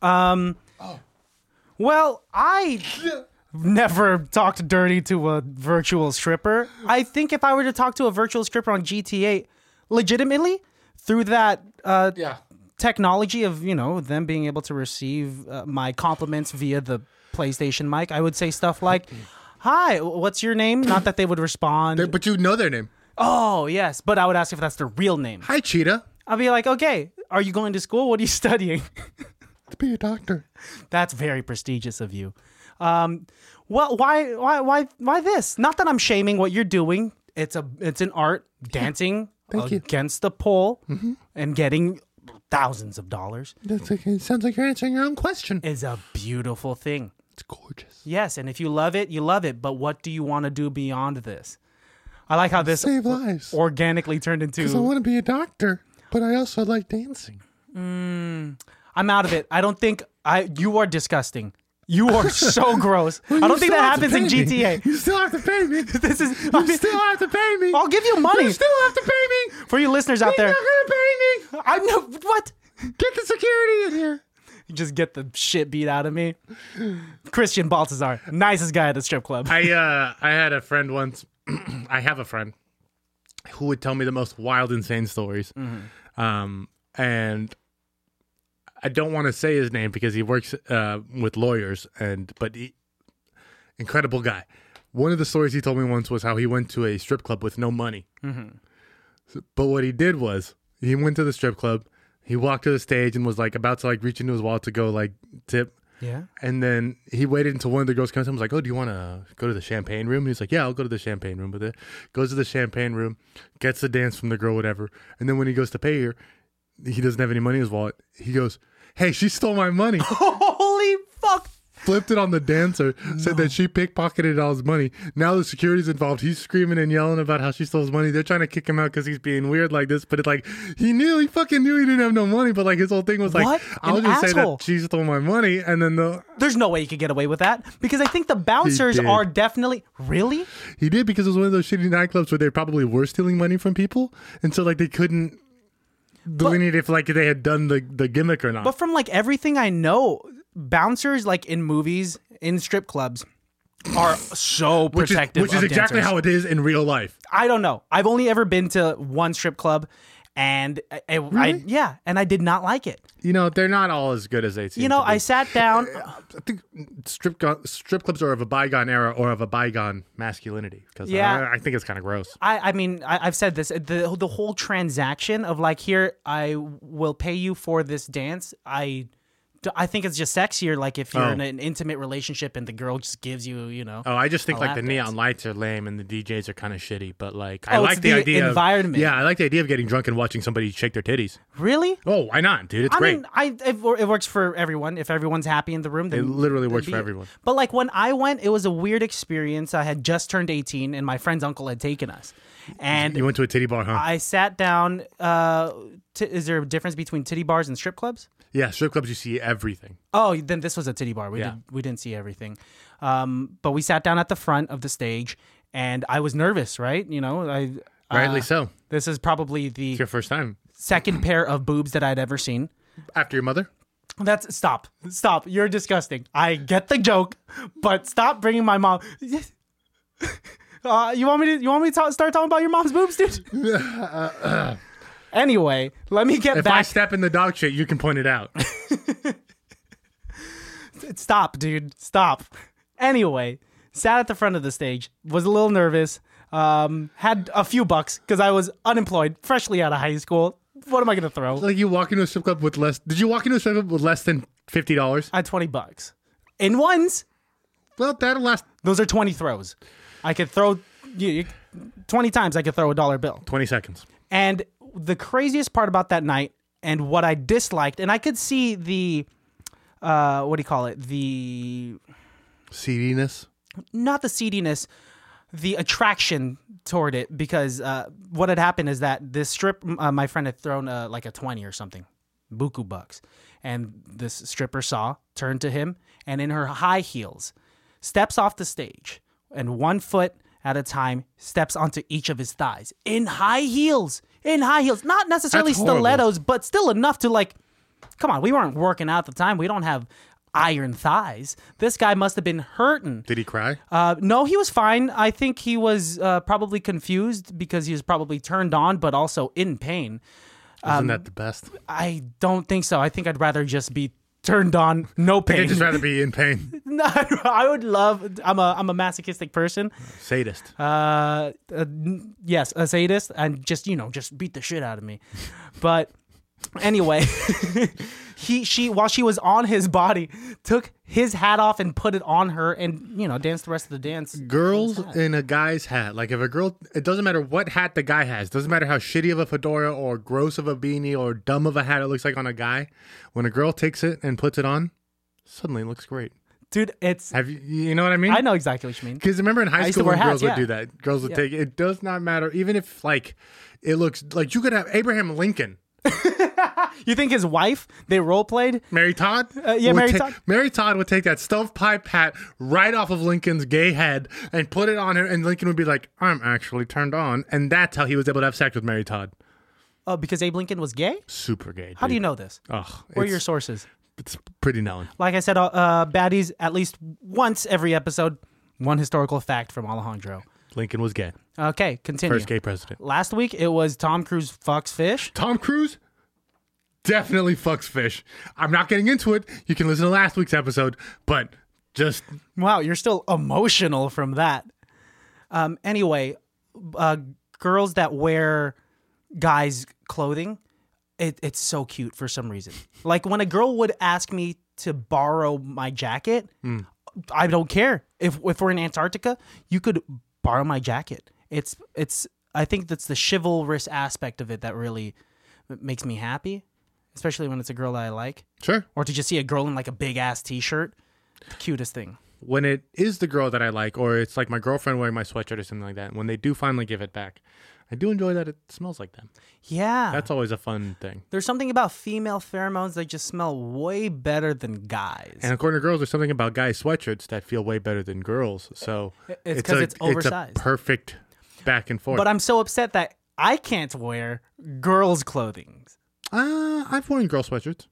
[SPEAKER 1] Um,
[SPEAKER 2] Oh.
[SPEAKER 1] Well, I never talked dirty to a virtual stripper. I think if I were to talk to a virtual stripper on GTA, legitimately, through that uh,
[SPEAKER 2] Yeah.
[SPEAKER 1] technology of, you know, them being able to receive uh, my compliments via the PlayStation mic, I would say stuff like, Hi, what's your name? Not that they would respond.
[SPEAKER 2] But you know their name.
[SPEAKER 1] oh, yes. But I would ask if that's their real name.
[SPEAKER 2] Hi, Cheetah.
[SPEAKER 1] I'll be like, okay, are you going to school? What are you studying?
[SPEAKER 2] To be a doctor.
[SPEAKER 1] That's very prestigious of you. Um, well, why, why, why, why this? Not that I'm shaming what you're doing. It's a, it's an art, dancing
[SPEAKER 2] you. Mm-hmm.
[SPEAKER 1] against the pole and getting thousands of dollars
[SPEAKER 2] That's like, it sounds like you're answering your own question.
[SPEAKER 1] is a beautiful thing.
[SPEAKER 2] It's gorgeous.
[SPEAKER 1] Yes, and if you love it, you love it. But what do you want to do beyond this? I like how this
[SPEAKER 2] Save lives.
[SPEAKER 1] organically turned
[SPEAKER 2] I
[SPEAKER 1] into.
[SPEAKER 2] want to be a doctor, but I also like dancing.
[SPEAKER 1] I'm out of it. I don't think I. You are disgusting. You are so gross. I
[SPEAKER 2] You
[SPEAKER 1] don't think
[SPEAKER 2] still
[SPEAKER 1] that
[SPEAKER 2] have to
[SPEAKER 1] happens in
[SPEAKER 2] pay me.
[SPEAKER 1] GTA.
[SPEAKER 2] You still have to pay me.
[SPEAKER 1] This is. I
[SPEAKER 2] You
[SPEAKER 1] mean,
[SPEAKER 2] still have to pay me.
[SPEAKER 1] I'll give you money.
[SPEAKER 2] You still have to pay me.
[SPEAKER 1] For you listeners out
[SPEAKER 2] You're
[SPEAKER 1] there,
[SPEAKER 2] not gonna pay me.
[SPEAKER 1] I'm no what?
[SPEAKER 2] Get the security in here.
[SPEAKER 1] Just get the shit beat out of me. Christian Baltazar, nicest guy at the strip club.
[SPEAKER 2] I uh, I had a friend once. I have a friend who would tell me the most wild, insane stories. Um, and I don't want to say his name because he works uh, with lawyers, and but he, incredible guy. One of the stories he told me once was how he went to a strip club with no money. So- but what he did was he went to the strip club. He walked to the stage and was like about to like reach into his wallet to go like tip.
[SPEAKER 1] Yeah.
[SPEAKER 2] And then he waited until one of the girls comes home. Was like, "Oh, do you want to go to the champagne room?" And he's like, "Yeah, I'll go to the champagne room." But it goes to the champagne room, gets the dance from the girl, whatever. And then when he goes to pay her, he doesn't have any money in his wallet. He goes, "Hey, she stole my money."
[SPEAKER 1] Holy fuck!
[SPEAKER 2] Flipped it on the dancer. Said that she pickpocketed all his money. Now the security's involved. He's screaming and yelling about how she stole his money. They're trying to kick him out because he's being weird like this. But it's like he knew he fucking knew he didn't have no money. But like his whole thing was like,
[SPEAKER 1] What
[SPEAKER 2] "I'll
[SPEAKER 1] an
[SPEAKER 2] just say
[SPEAKER 1] asshole."
[SPEAKER 2] that she stole my money," and then the
[SPEAKER 1] There's no way you could get away with that because I think the bouncers
[SPEAKER 2] did.
[SPEAKER 1] are definitely really.
[SPEAKER 2] He did because it was one of those shitty nightclubs where they probably were stealing money from people, and so like they couldn't delineate if like they had done the the gimmick or not.
[SPEAKER 1] But from like everything I know, bouncers like in movies, in strip clubs, are so
[SPEAKER 2] which is,
[SPEAKER 1] protective.
[SPEAKER 2] which is
[SPEAKER 1] of
[SPEAKER 2] exactly
[SPEAKER 1] dancers.
[SPEAKER 2] how it is in real life.
[SPEAKER 1] I don't know. I've only ever been to one strip club, and I, I- I yeah, and I did not like it.
[SPEAKER 2] You know, they're not all as good as they seem.
[SPEAKER 1] You know,
[SPEAKER 2] to be.
[SPEAKER 1] I sat down.
[SPEAKER 2] I think strip go- strip clubs are of a bygone era or of a bygone masculinity. Because
[SPEAKER 1] Yeah.
[SPEAKER 2] I, I think it's kind of gross.
[SPEAKER 1] I, I mean, I, I've said this the the whole transaction of like here I will pay you for this dance. I I think it's just sexier. Like if you're
[SPEAKER 2] Oh.
[SPEAKER 1] in an intimate relationship and the girl just gives you, you know.
[SPEAKER 2] Oh, I just think
[SPEAKER 1] A
[SPEAKER 2] like
[SPEAKER 1] lap
[SPEAKER 2] the
[SPEAKER 1] dance.
[SPEAKER 2] neon lights are lame and the DJs are kind of shitty. But like, I
[SPEAKER 1] Oh, it's
[SPEAKER 2] like the,
[SPEAKER 1] the
[SPEAKER 2] idea of-
[SPEAKER 1] environment.
[SPEAKER 2] yeah, I like the idea of getting drunk and watching somebody shake their titties.
[SPEAKER 1] Really?
[SPEAKER 2] Oh, why not, dude? It's
[SPEAKER 1] I
[SPEAKER 2] great.
[SPEAKER 1] mean, I it, wor- it works for everyone. If everyone's happy in the room, then
[SPEAKER 2] it literally works
[SPEAKER 1] be
[SPEAKER 2] for everyone.
[SPEAKER 1] But like when I went, it was a weird experience. I had just turned 18 and my friend's uncle had taken us. And
[SPEAKER 2] You went to a titty bar, huh?
[SPEAKER 1] I sat down. Uh, t- is there a difference between titty bars and strip clubs?
[SPEAKER 2] yeah, strip clubs, you see everything.
[SPEAKER 1] Oh, then this was a titty bar. We
[SPEAKER 2] Yeah.
[SPEAKER 1] did, we didn't see everything, um, but we sat down at the front of the stage, and I was nervous, right? You know, I
[SPEAKER 2] Rightly
[SPEAKER 1] uh,
[SPEAKER 2] so.
[SPEAKER 1] This is probably the
[SPEAKER 2] It's your first time
[SPEAKER 1] second pair of boobs that I'd ever seen.
[SPEAKER 2] after your mother.
[SPEAKER 1] That's stop, stop. You're disgusting. I get the joke, but stop bringing my mom. Uh, you want me to? You want me to talk, start talking about your mom's boobs, dude? anyway, let me get
[SPEAKER 2] If I
[SPEAKER 1] back.
[SPEAKER 2] step in the dog shit, you can point it out.
[SPEAKER 1] stop, dude. Stop. Anyway, sat at the front of the stage, was a little nervous, um, had a few bucks because I was unemployed, freshly out of high school. What am I going to throw?
[SPEAKER 2] like you walk into a strip club with less. Did you walk into a strip club with less than fifty dollars?
[SPEAKER 1] I had 20 bucks. In ones,
[SPEAKER 2] Well, that'll last
[SPEAKER 1] those are 20 throws. I could throw you, you- 20 times, I could throw a dollar bill.
[SPEAKER 2] twenty seconds.
[SPEAKER 1] And the craziest part about that night and what I disliked, and I could see the, uh, what do you call it? The
[SPEAKER 2] Seediness.
[SPEAKER 1] not the seediness, the attraction toward it because uh, what had happened is that this strip, m- uh, my friend had thrown uh, like a 20 or something, buku bucks. And this stripper saw, turned to him, and in her high heels, steps off the stage and one foot at a time steps onto each of his thighs in high heels. In high heels, not necessarily
[SPEAKER 2] That's horrible.
[SPEAKER 1] stilettos, but still enough to like come on, we weren't working out at the time. We don't have iron thighs. This guy must have been hurting.
[SPEAKER 2] Did he cry?
[SPEAKER 1] Uh, no, he was fine. I think he was uh, probably confused because he was probably turned on, but also in pain. Um,
[SPEAKER 2] Isn't that the best?
[SPEAKER 1] I don't think so. I think I'd rather just be turned on, no
[SPEAKER 2] I'd
[SPEAKER 1] pain.
[SPEAKER 2] just rather be in pain.
[SPEAKER 1] No, I would love. I'm a I'm a masochistic person.
[SPEAKER 2] Sadist.
[SPEAKER 1] Uh, uh, n- yes, a sadist, and just you know, just beat the shit out of me. But anyway, he she while she was on his body, took his hat off and put it on her, and you know, danced the rest of the dance.
[SPEAKER 2] Girls in a guy's hat. Like if a girl, it doesn't matter what hat the guy has. Doesn't matter how shitty of a fedora or gross of a beanie or dumb of a hat it looks like on a guy. When a girl takes it and puts it on, suddenly it looks great.
[SPEAKER 1] Dude, it's
[SPEAKER 2] Have you? You know what I mean?
[SPEAKER 1] I know exactly what you mean.
[SPEAKER 2] Because remember in high
[SPEAKER 1] used to
[SPEAKER 2] school
[SPEAKER 1] wear
[SPEAKER 2] when
[SPEAKER 1] hats,
[SPEAKER 2] girls
[SPEAKER 1] yeah.
[SPEAKER 2] would do that. Girls would take it. Does not matter, even if like it looks like you could have Abraham Lincoln,
[SPEAKER 1] You think his wife they role played?
[SPEAKER 2] Mary Todd.
[SPEAKER 1] Uh, yeah,
[SPEAKER 2] would
[SPEAKER 1] Mary
[SPEAKER 2] ta-
[SPEAKER 1] Todd.
[SPEAKER 2] Mary Todd would take that stovepipe hat right off of Lincoln's gay head and put it on her, and Lincoln would be like, "I'm actually turned on," and that's how he was able to have sex with Mary Todd.
[SPEAKER 1] Oh, because Abe Lincoln was gay.
[SPEAKER 2] Super gay. Dude.
[SPEAKER 1] How do you know this?
[SPEAKER 2] Ugh,
[SPEAKER 1] Where are
[SPEAKER 2] it's,
[SPEAKER 1] your sources?
[SPEAKER 2] it's pretty known.
[SPEAKER 1] Like I said, uh, uh, baddies at least once every episode, one historical fact from Alejandro.
[SPEAKER 2] Lincoln was gay.
[SPEAKER 1] Okay, continue.
[SPEAKER 2] First gay president.
[SPEAKER 1] Last week it was Tom Cruise fucks fish.
[SPEAKER 2] Tom Cruise definitely fucks fish. I'm not getting into it. You can listen to last week's episode, but just
[SPEAKER 1] Wow, you're still emotional from that. Um, anyway, uh, girls that wear guys' clothing, it, it's so cute for some reason. Like when a girl would ask me to borrow my jacket, I don't care. If if we're in Antarctica, you could borrow my jacket. It's it's. I think that's the chivalrous aspect of it that really that makes me happy, especially when it's a girl that I like.
[SPEAKER 2] Sure.
[SPEAKER 1] Or to just see a girl in like a big ass t shirt, the cutest thing.
[SPEAKER 2] When it is the girl that I like, or it's like my girlfriend wearing my sweatshirt or something like that, when they do finally give it back, I do enjoy that it smells like them.
[SPEAKER 1] Yeah.
[SPEAKER 2] That's always a fun thing.
[SPEAKER 1] There's something about female pheromones that just smell way better than guys.
[SPEAKER 2] And according to girls, there's something about guys' sweatshirts that feel way better than girls. So
[SPEAKER 1] It's 'cause
[SPEAKER 2] a-
[SPEAKER 1] it's
[SPEAKER 2] a
[SPEAKER 1] oversized.
[SPEAKER 2] perfect back and forth.
[SPEAKER 1] but I'm so upset that I can't wear girls' clothing.
[SPEAKER 2] uh, I've worn girl sweatshirts.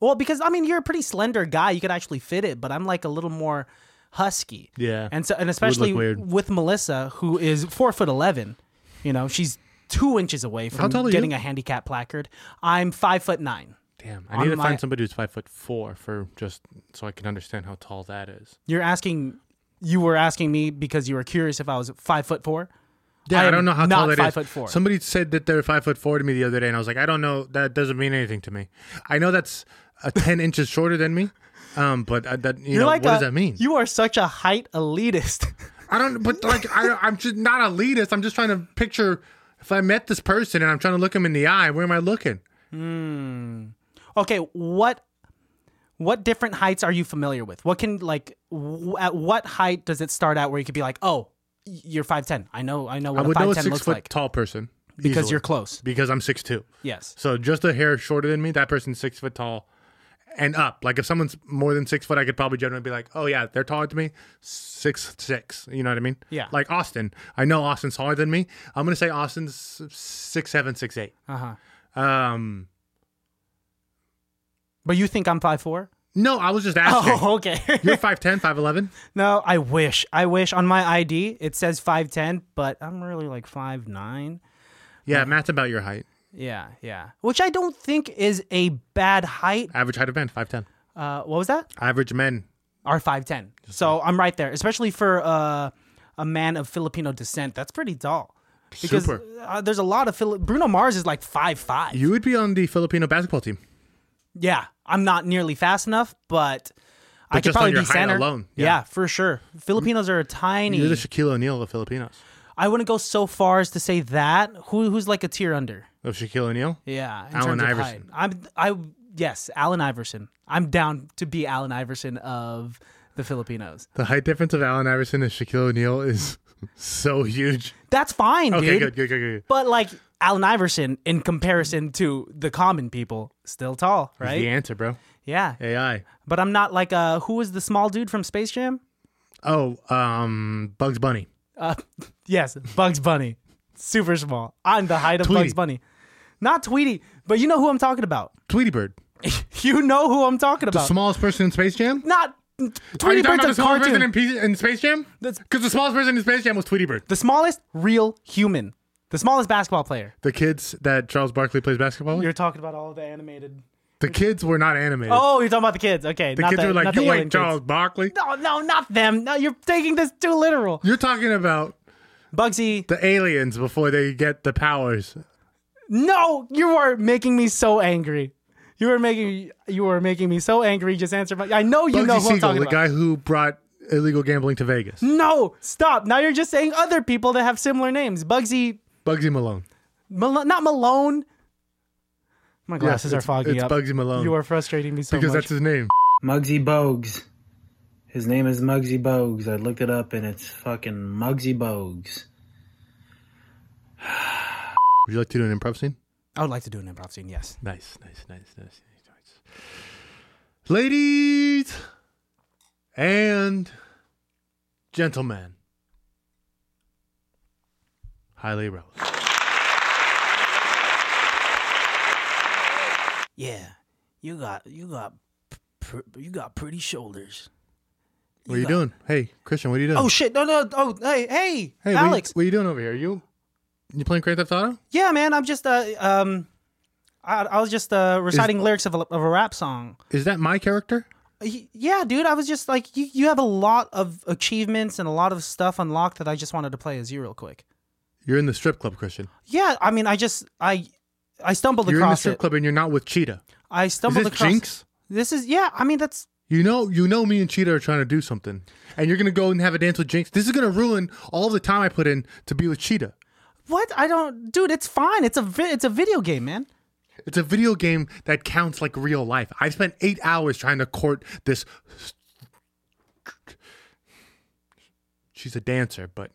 [SPEAKER 1] Well, because I mean, you're a pretty slender guy. You could actually fit it, but I'm like a little more husky.
[SPEAKER 2] Yeah.
[SPEAKER 1] And so, and especially
[SPEAKER 2] weird.
[SPEAKER 1] with Melissa, who is four foot eleven, you know, she's two inches away from
[SPEAKER 2] tall are
[SPEAKER 1] getting
[SPEAKER 2] you?
[SPEAKER 1] a handicap placard. I'm five foot nine.
[SPEAKER 2] Damn, I need to
[SPEAKER 1] on my-
[SPEAKER 2] find somebody who's five foot four for just so I can understand how tall that is.
[SPEAKER 1] You're asking, you were asking me because you were curious if I was five foot four.
[SPEAKER 2] Yeah, I,
[SPEAKER 1] am
[SPEAKER 2] don't know how
[SPEAKER 1] not
[SPEAKER 2] tall that is.
[SPEAKER 1] five foot four.
[SPEAKER 2] Somebody said that they're five foot four to me the other day, and I was like, I don't know. That doesn't mean anything to me. I know that's uh, ten inches shorter than me, um, but uh, that you
[SPEAKER 1] You're
[SPEAKER 2] know
[SPEAKER 1] like
[SPEAKER 2] what does
[SPEAKER 1] a-
[SPEAKER 2] that mean?
[SPEAKER 1] You are such a height elitist.
[SPEAKER 2] I don't. But like, I, I'm just not elitist. I'm just trying to picture if I met this person and I'm trying to look him in the eye. Where am I looking?
[SPEAKER 1] okay, what what different heights are you familiar with? What can like w- at what height does it start out where you could be like, oh, y- you're five ten. I know, I know
[SPEAKER 2] I
[SPEAKER 1] what a
[SPEAKER 2] would know
[SPEAKER 1] five
[SPEAKER 2] a
[SPEAKER 1] ten
[SPEAKER 2] six
[SPEAKER 1] looks
[SPEAKER 2] foot
[SPEAKER 1] like
[SPEAKER 2] tall person
[SPEAKER 1] because
[SPEAKER 2] easily.
[SPEAKER 1] you're close.
[SPEAKER 2] because I'm six two.
[SPEAKER 1] Yes.
[SPEAKER 2] So just a hair shorter than me, that person's six foot tall and up. Like if someone's more than six foot, I could probably generally be like, oh yeah, they're taller than me, six six. You know what I mean?
[SPEAKER 1] Yeah.
[SPEAKER 2] Like Austin, I know Austin's taller than me. I'm gonna say Austin's six seven, six eight.
[SPEAKER 1] Uh huh.
[SPEAKER 2] Um,
[SPEAKER 1] But you think I'm five four?
[SPEAKER 2] no, I was just asking.
[SPEAKER 1] Oh, okay.
[SPEAKER 2] You're five ten, five eleven.
[SPEAKER 1] no, I wish. I wish on my ID it says five ten, but I'm really like five nine.
[SPEAKER 2] Yeah, Matt's about your height.
[SPEAKER 1] Yeah, yeah. Which I don't think is a bad height.
[SPEAKER 2] Average height of men, five ten.
[SPEAKER 1] Uh, what was that?
[SPEAKER 2] Average men.
[SPEAKER 1] are 5'10. So I'm right there, especially for uh, a man of Filipino descent. That's pretty tall. Because
[SPEAKER 2] Super.
[SPEAKER 1] Uh, there's a lot of Fili- Bruno Mars is like 5'5.
[SPEAKER 2] You would be on the Filipino basketball team.
[SPEAKER 1] yeah, I'm not nearly fast enough, but, I could
[SPEAKER 2] just on
[SPEAKER 1] probably
[SPEAKER 2] your
[SPEAKER 1] be
[SPEAKER 2] height
[SPEAKER 1] center.
[SPEAKER 2] alone,
[SPEAKER 1] Yeah.
[SPEAKER 2] yeah.
[SPEAKER 1] for sure. Filipinos are
[SPEAKER 2] You're
[SPEAKER 1] tiny.
[SPEAKER 2] the Shaquille O'Neal of Filipinos.
[SPEAKER 1] I wouldn't go so far as to say that. Who who's like a tier under?
[SPEAKER 2] Of Shaquille O'Neal?
[SPEAKER 1] Yeah, in
[SPEAKER 2] Allen
[SPEAKER 1] terms of
[SPEAKER 2] Iverson.
[SPEAKER 1] height. I'm I yes, Allen Iverson. I'm down to be Allen Iverson of the Filipinos.
[SPEAKER 2] The height difference of Allen Iverson and Shaquille O'Neal is so huge.
[SPEAKER 1] That's fine, dude.
[SPEAKER 2] Okay, good, good, good, good.
[SPEAKER 1] But like Allen Iverson, in comparison to the common people, still tall, right?
[SPEAKER 2] The answer, bro.
[SPEAKER 1] Yeah.
[SPEAKER 2] AI.
[SPEAKER 1] But I'm not like uh, who was the small dude from Space Jam?
[SPEAKER 2] Oh, um, Bugs Bunny.
[SPEAKER 1] Uh, yes, Bugs Bunny, super small. I'm the height of
[SPEAKER 2] Tweety.
[SPEAKER 1] Bugs Bunny, not Tweety, but you know who I'm talking about.
[SPEAKER 2] Tweety Bird.
[SPEAKER 1] you know who I'm talking about.
[SPEAKER 2] Smallest person in Space Jam?
[SPEAKER 1] not
[SPEAKER 2] Are you
[SPEAKER 1] Tweety
[SPEAKER 2] talking about
[SPEAKER 1] Bird's
[SPEAKER 2] the
[SPEAKER 1] a
[SPEAKER 2] smallest person
[SPEAKER 1] cartoon.
[SPEAKER 2] in, P- in Space Jam?
[SPEAKER 1] That's-
[SPEAKER 2] Because the smallest person in Space Jam was Tweety Bird.
[SPEAKER 1] the smallest real human, the smallest basketball player.
[SPEAKER 2] The kids that Charles Barkley plays basketball with?
[SPEAKER 1] You're talking about all the animated.
[SPEAKER 2] The kids were not animated.
[SPEAKER 1] Oh, you're talking about the kids. Okay,
[SPEAKER 2] the
[SPEAKER 1] not
[SPEAKER 2] kids
[SPEAKER 1] the,
[SPEAKER 2] were like,
[SPEAKER 1] not the
[SPEAKER 2] you
[SPEAKER 1] alien
[SPEAKER 2] ain't
[SPEAKER 1] kids."
[SPEAKER 2] Charles Barkley.
[SPEAKER 1] No, no, not them. No, you're taking this too literal.
[SPEAKER 2] You're talking about
[SPEAKER 1] Bugsy,
[SPEAKER 2] the aliens before they get the powers.
[SPEAKER 1] No, you are making me so angry. You are making you are making me so angry. Just answer my. I know you
[SPEAKER 2] Bugsy
[SPEAKER 1] know who I'm
[SPEAKER 2] Siegel,
[SPEAKER 1] talking
[SPEAKER 2] the
[SPEAKER 1] about. Hmm?
[SPEAKER 2] guy who brought illegal gambling to Vegas.
[SPEAKER 1] No, stop. Now you're just saying other people that have similar names. Bugsy,
[SPEAKER 2] Bugsy Malone.
[SPEAKER 1] Mal- not Malone. My glasses
[SPEAKER 2] it's-
[SPEAKER 1] are foggy
[SPEAKER 2] it's
[SPEAKER 1] up.
[SPEAKER 2] Bugsy Malone.
[SPEAKER 1] You are frustrating me so
[SPEAKER 2] Because
[SPEAKER 1] much.
[SPEAKER 2] that's his name.
[SPEAKER 3] Muggsy Bogues. His name is Muggsy Bogues. I looked it up and it's fucking Muggsy Bogues.
[SPEAKER 2] Would you like to do an improv scene?
[SPEAKER 1] I would like to do an improv scene. Yes.
[SPEAKER 2] Nice, nice, nice, nice, nice, nice. Ladies and gentlemen, highly relevant.
[SPEAKER 4] Yeah, you got you got pr- pr- you got pretty shoulders.
[SPEAKER 2] What are you
[SPEAKER 4] got-
[SPEAKER 2] doing? Hey, Christian, what are you doing?
[SPEAKER 1] Oh shit! No, no. Oh, hey, hey,
[SPEAKER 2] hey, what are you-
[SPEAKER 1] Alex.
[SPEAKER 2] what are you doing over here? You you playing Grand Theft Auto?
[SPEAKER 1] Yeah, man. I'm just uh um, I, I was just uh reciting lyrics of a, of a rap song.
[SPEAKER 2] Is that my character?
[SPEAKER 1] Y- yeah dude i was just like you, you have a lot of achievements and a lot of stuff unlocked that i just wanted to play as you real quick
[SPEAKER 2] You're in the strip club, Christian.
[SPEAKER 1] yeah i mean i just i i stumbled
[SPEAKER 2] You're in the
[SPEAKER 1] across
[SPEAKER 2] strip
[SPEAKER 1] it
[SPEAKER 2] club and you're not with Cheetah.
[SPEAKER 1] i
[SPEAKER 2] Is
[SPEAKER 1] stumbled
[SPEAKER 2] this
[SPEAKER 1] across
[SPEAKER 2] Jinx?
[SPEAKER 1] this is yeah i mean that's
[SPEAKER 2] You know, you know, me and Cheetah are trying to do something, and you're gonna go and have a dance with Jinx. This is gonna ruin all the time I put in to be with Cheetah.
[SPEAKER 1] what i don't dude it's fine it's a vi- it's a video game man
[SPEAKER 2] It's a video game that counts like real life. I spent eight hours trying to court this. She's a dancer, but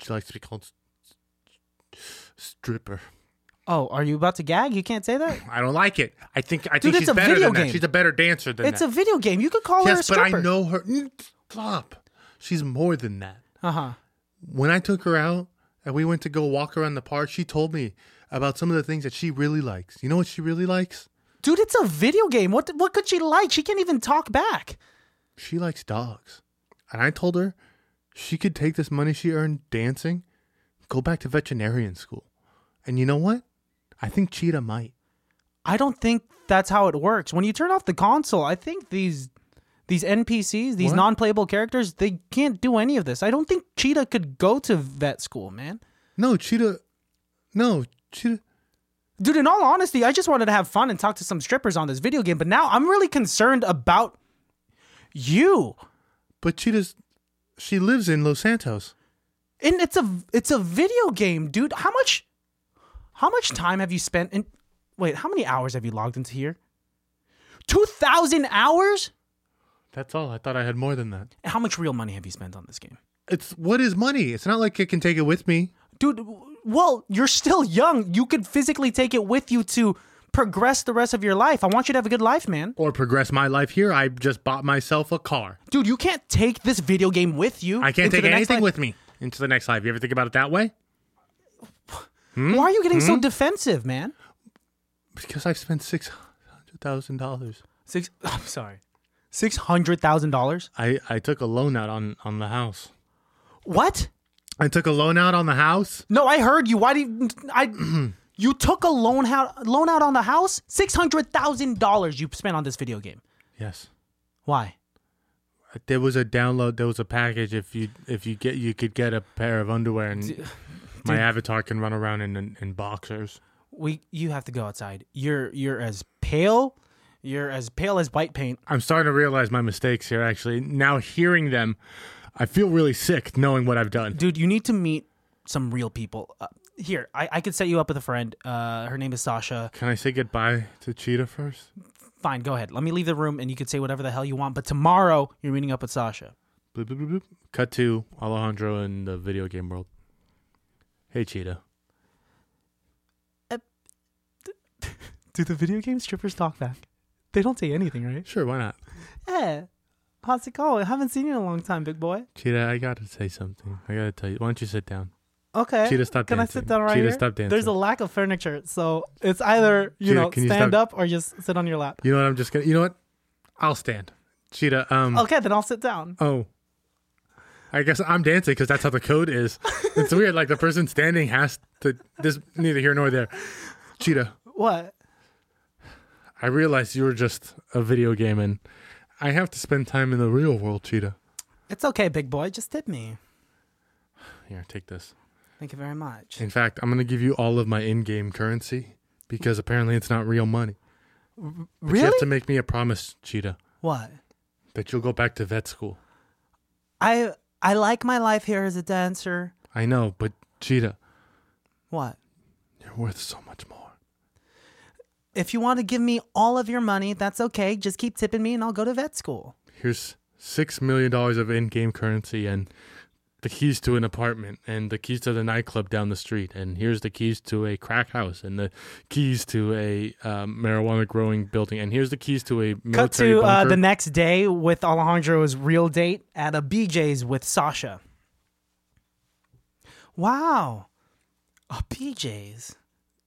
[SPEAKER 2] she likes to be called stripper.
[SPEAKER 1] Oh, are you about to gag? You can't say that.
[SPEAKER 2] I don't like it. I think I
[SPEAKER 1] Dude,
[SPEAKER 2] think
[SPEAKER 1] it's
[SPEAKER 2] she's
[SPEAKER 1] a
[SPEAKER 2] better
[SPEAKER 1] video
[SPEAKER 2] than
[SPEAKER 1] game.
[SPEAKER 2] that. She's a better dancer than
[SPEAKER 1] It's a
[SPEAKER 2] that.
[SPEAKER 1] video game. You could call her a
[SPEAKER 2] yes, but
[SPEAKER 1] stripper.
[SPEAKER 2] I know her. Mm, Stop. She's more than that.
[SPEAKER 1] Uh huh.
[SPEAKER 2] when I took her out and we went to go walk around the park, she told me about some of the things that she really likes. You know what she really likes?
[SPEAKER 1] Dude, it's a video game. What what could she like? She can't even talk back.
[SPEAKER 2] She likes dogs. And I told her she could take this money she earned dancing, go back to veterinarian school. And you know what? I think Cheetah might.
[SPEAKER 1] I don't think that's how it works. When you turn off the console, I think these these NPCs, these
[SPEAKER 2] What?
[SPEAKER 1] non-playable characters, they can't do any of this. I don't think Cheetah could go to vet school, man.
[SPEAKER 2] No, Cheetah. No, Cheetah.
[SPEAKER 1] Dude, in all honesty, I just wanted to have fun and talk to some strippers on this video game, but now I'm really concerned about you.
[SPEAKER 2] But Cheetah's. She lives in Los Santos.
[SPEAKER 1] And it's a it's a video game, dude. How much how much time have you spent in wait, how many hours have you logged into here? Two thousand hours?
[SPEAKER 2] That's all. I thought I had more than that.
[SPEAKER 1] How much real money have you spent on this game?
[SPEAKER 2] It's what is money? It's not like I can take it with me.
[SPEAKER 1] Dude, w- well, you're still young. You could physically take it with you to progress the rest of your life. I want you to have a good life, man.
[SPEAKER 2] Or progress my life here. I just bought myself a car.
[SPEAKER 1] Dude, you can't take this video game with you.
[SPEAKER 2] I can't
[SPEAKER 1] into
[SPEAKER 2] take
[SPEAKER 1] the next
[SPEAKER 2] anything
[SPEAKER 1] life.
[SPEAKER 2] with me into the next life. You ever think about it that way?
[SPEAKER 1] Why are you getting
[SPEAKER 2] Hmm?
[SPEAKER 1] so defensive, man?
[SPEAKER 2] Because I've spent six hundred thousand dollars.
[SPEAKER 1] Six I'm sorry. Six hundred thousand dollars?
[SPEAKER 2] I I took a loan out on on the house.
[SPEAKER 1] What?
[SPEAKER 2] I took a loan out on the house.
[SPEAKER 1] No, I heard you. Why do you, I? you took a loan out loan out on the house. Six hundred thousand dollars you spent on this video game.
[SPEAKER 2] Yes,
[SPEAKER 1] Why?
[SPEAKER 2] there was a download. There was a package. If you if you get you could get a pair of underwear and my avatar can run around in in, in boxers.
[SPEAKER 1] We you have to go outside. You're you're as pale. You're as pale as white paint.
[SPEAKER 2] I'm starting to realize my mistakes here. Actually, now hearing them, I feel really sick knowing what I've done.
[SPEAKER 1] Dude, you need to meet some real people. Uh, here, I, I could set you up with a friend. Uh, her name is Sasha.
[SPEAKER 2] Can I say goodbye to Cheetah first?
[SPEAKER 1] Fine, go ahead. Let me leave the room and you could say whatever the hell you want. But tomorrow, you're meeting up with Sasha.
[SPEAKER 2] Bloop, bloop, bloop, bloop. Cut to Alejandro in the video game world. Hey, Cheetah.
[SPEAKER 1] Do the video game strippers talk back? They don't say anything, right?
[SPEAKER 2] Sure, why not?
[SPEAKER 1] Hey, how's it going? haven't seen you in a long time, big boy.
[SPEAKER 2] Cheetah, I gotta say something. I gotta tell you. Why don't you sit down?
[SPEAKER 1] Okay.
[SPEAKER 2] Cheetah, stop
[SPEAKER 1] Eh, Can
[SPEAKER 2] dancing.
[SPEAKER 1] I sit down right
[SPEAKER 2] Cheetah,
[SPEAKER 1] here?
[SPEAKER 2] stop dancing.
[SPEAKER 1] There's a lack of furniture, so it's either you
[SPEAKER 2] Cheetah,
[SPEAKER 1] know
[SPEAKER 2] can you
[SPEAKER 1] stand
[SPEAKER 2] stop-
[SPEAKER 1] up or just sit on your lap.
[SPEAKER 2] You know what? I'm just gonna. You know what? I'll stand. Cheetah. Um.
[SPEAKER 1] Okay, then I'll sit down.
[SPEAKER 2] Oh. I guess I'm dancing because that's how the code is. it's weird. Like the person standing has to. This neither here nor there. Cheetah,
[SPEAKER 1] What?
[SPEAKER 2] I realized you were just a video game, and I have to spend time in the real world. Cheetah.
[SPEAKER 1] It's okay, big boy. Just tip me.
[SPEAKER 2] Here, take this.
[SPEAKER 1] Thank you very much.
[SPEAKER 2] In fact, I'm going to give you all of my in game currency because apparently it's not real money. But You have
[SPEAKER 1] Really?
[SPEAKER 2] to make me a promise, Cheetah,
[SPEAKER 1] What?
[SPEAKER 2] that you'll go back to vet school.
[SPEAKER 1] I I like my life here as a dancer.
[SPEAKER 2] I know, but Cheetah,
[SPEAKER 1] What?
[SPEAKER 2] you're worth so much more.
[SPEAKER 1] If you want to give me all of your money, that's okay. Just keep tipping me, and I'll go to vet school.
[SPEAKER 2] Here's $6 million of in game currency and the keys to an apartment and the keys to the nightclub down the street. And here's the keys to a crack house and the keys to a um, marijuana growing building. And here's the keys to a military
[SPEAKER 1] Cut to uh,
[SPEAKER 2] bunker.
[SPEAKER 1] the next day with Alejandro's real date at a BJ's with Sasha. Wow. A BJ's.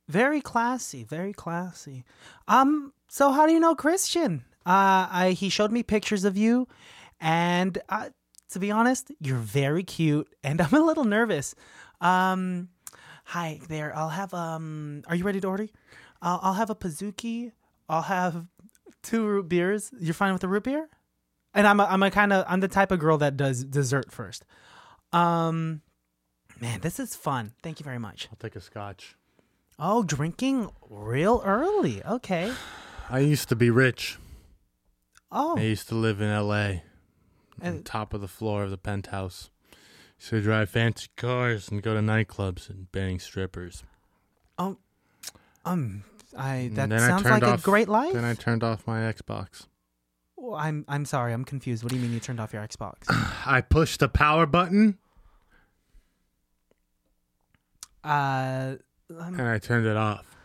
[SPEAKER 1] Very classy, very classy. Um so how do you know Christian? Uh I he showed me pictures of you and uh, to be honest, you're very cute and I'm a little nervous. Um hi there. I'll have um are you ready to order? I'll, I'll have a Pazuki. I'll have two root beers. You're fine with a root beer? And I'm a, I'm a kind of I'm the type of girl that does dessert first. Um man, this is fun. Thank you very much.
[SPEAKER 2] I'll take a scotch.
[SPEAKER 1] Oh, drinking real early. Okay.
[SPEAKER 2] I used to be rich.
[SPEAKER 1] Oh.
[SPEAKER 2] I used to live in L.A. on
[SPEAKER 1] And-
[SPEAKER 2] top of the floor of the penthouse. Used to drive fancy cars and go to nightclubs and bang strippers.
[SPEAKER 1] Um,
[SPEAKER 3] Um, I that
[SPEAKER 2] And then I
[SPEAKER 3] sounds
[SPEAKER 2] turned
[SPEAKER 3] like a
[SPEAKER 2] off-
[SPEAKER 3] great life.
[SPEAKER 2] Then I turned off my Xbox.
[SPEAKER 3] Well, I'm I'm sorry, I'm confused. What do you mean you turned off your Xbox?
[SPEAKER 2] I pushed the power button
[SPEAKER 3] uh,
[SPEAKER 2] and I turned it off.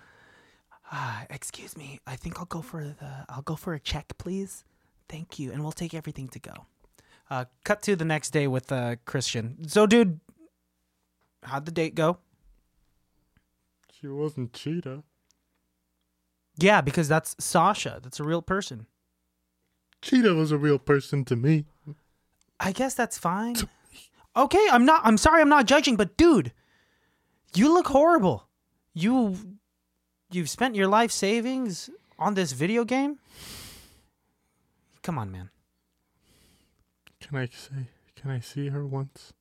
[SPEAKER 3] ah, excuse me. I think I'll go for the I'll go for a check, please. Thank you, and we'll take everything to go. Uh, cut to the next day with uh Christian. So, dude, how'd the date go?
[SPEAKER 2] She wasn't cheetah.
[SPEAKER 3] Yeah, because that's Sasha. That's a real person.
[SPEAKER 2] Cheetah was a real person to me.
[SPEAKER 3] I guess that's fine. Okay, I'm not. I'm sorry. I'm not judging, but dude, you look horrible. You, you've spent your life savings on this video game. Come on, man.
[SPEAKER 2] Can I say? Can I see her once?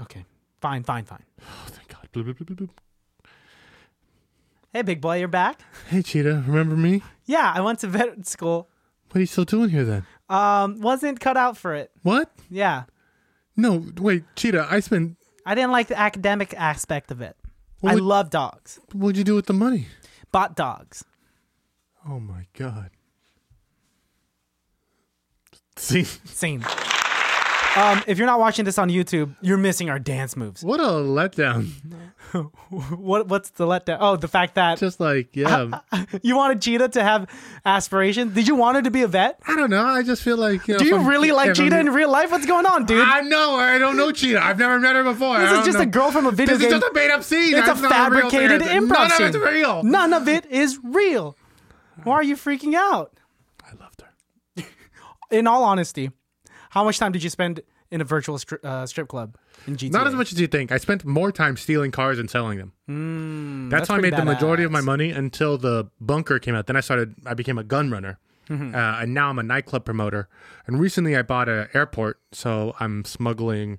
[SPEAKER 3] Okay, fine, fine, fine.
[SPEAKER 2] Oh, thank God. Bloop, bloop, bloop, bloop, bloop.
[SPEAKER 3] Hey, big boy, you're back.
[SPEAKER 2] Hey, Cheetah, remember me?
[SPEAKER 3] Yeah, I went to vet school.
[SPEAKER 2] What are you still doing here then?
[SPEAKER 3] Um, wasn't cut out for it.
[SPEAKER 2] What?
[SPEAKER 3] Yeah,
[SPEAKER 2] No, wait, Cheetah. I spent.
[SPEAKER 3] I didn't like the academic aspect of it.
[SPEAKER 2] What
[SPEAKER 3] I
[SPEAKER 2] would-
[SPEAKER 3] love dogs.
[SPEAKER 2] What'd you do with the money?
[SPEAKER 3] Bought dogs.
[SPEAKER 2] Oh my God. See,
[SPEAKER 3] Scene. Um, if you're not watching this on YouTube, you're missing our dance moves.
[SPEAKER 2] what a letdown.
[SPEAKER 3] What what's the letdown? Oh, the fact that
[SPEAKER 2] Just like, yeah.
[SPEAKER 3] you wanted Cheetah to have aspirations. Did you want her to be a vet?
[SPEAKER 2] I don't know. I just feel like. You know,
[SPEAKER 3] Do
[SPEAKER 2] if
[SPEAKER 3] you
[SPEAKER 2] I'm-
[SPEAKER 3] really like
[SPEAKER 2] if I'm-
[SPEAKER 3] Cheetah in real life? What's going on, dude?
[SPEAKER 2] I know. her. I don't know Cheetah. I've never met her before.
[SPEAKER 3] this
[SPEAKER 2] I
[SPEAKER 3] is
[SPEAKER 2] don't
[SPEAKER 3] just
[SPEAKER 2] know.
[SPEAKER 3] a girl from a video
[SPEAKER 2] This
[SPEAKER 3] game.
[SPEAKER 2] is just a made up scene.
[SPEAKER 3] it's a
[SPEAKER 2] That's not real thing.
[SPEAKER 3] fabricated improv
[SPEAKER 2] None
[SPEAKER 3] scene.
[SPEAKER 2] of it's real.
[SPEAKER 3] None of it is real. Why are you freaking out?
[SPEAKER 2] I loved her.
[SPEAKER 3] In all honesty, how much time did you spend in a virtual stri- uh, strip club in GTA?
[SPEAKER 2] Not as much as you think. I spent more time stealing cars and selling them. that's,
[SPEAKER 3] Hmm, that's
[SPEAKER 2] how I made
[SPEAKER 3] pretty
[SPEAKER 2] the majority of my
[SPEAKER 3] badass.
[SPEAKER 2] money until the bunker came out. Then I started. I became a gun runner,
[SPEAKER 3] Mm-hmm.
[SPEAKER 2] uh, and now I'm a nightclub promoter. And recently, I bought an airport, so I'm smuggling.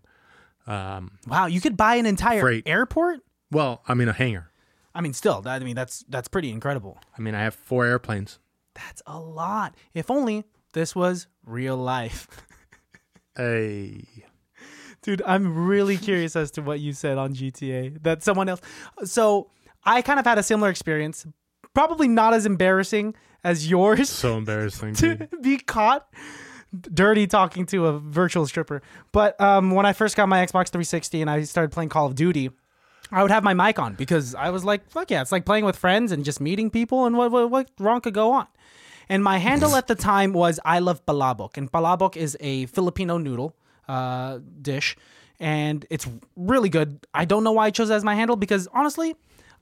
[SPEAKER 3] Wow, you could buy an entire
[SPEAKER 2] Freight.
[SPEAKER 3] airport.
[SPEAKER 2] Well, I mean a hangar.
[SPEAKER 3] I mean, still, that, I mean that's that's pretty incredible.
[SPEAKER 2] I mean I have four airplanes.
[SPEAKER 3] That's a lot. If only this was real life.
[SPEAKER 2] Hey,
[SPEAKER 3] Dude, I'm really curious as to what you said on GTA. That someone else. So I kind of had a similar experience, probably not as embarrassing as yours
[SPEAKER 2] so embarrassing.
[SPEAKER 3] to
[SPEAKER 2] dude.
[SPEAKER 3] be caught dirty talking to a virtual stripper. But um, when I first got my Xbox 360 and I started playing Call of Duty, I would have my mic on because I was like, fuck yeah, it's like playing with friends and just meeting people and what what, what wrong could go on. And my handle at the time was I love palabok, and palabok is a Filipino noodle uh, dish, and it's really good. I don't know why I chose it as my handle because honestly,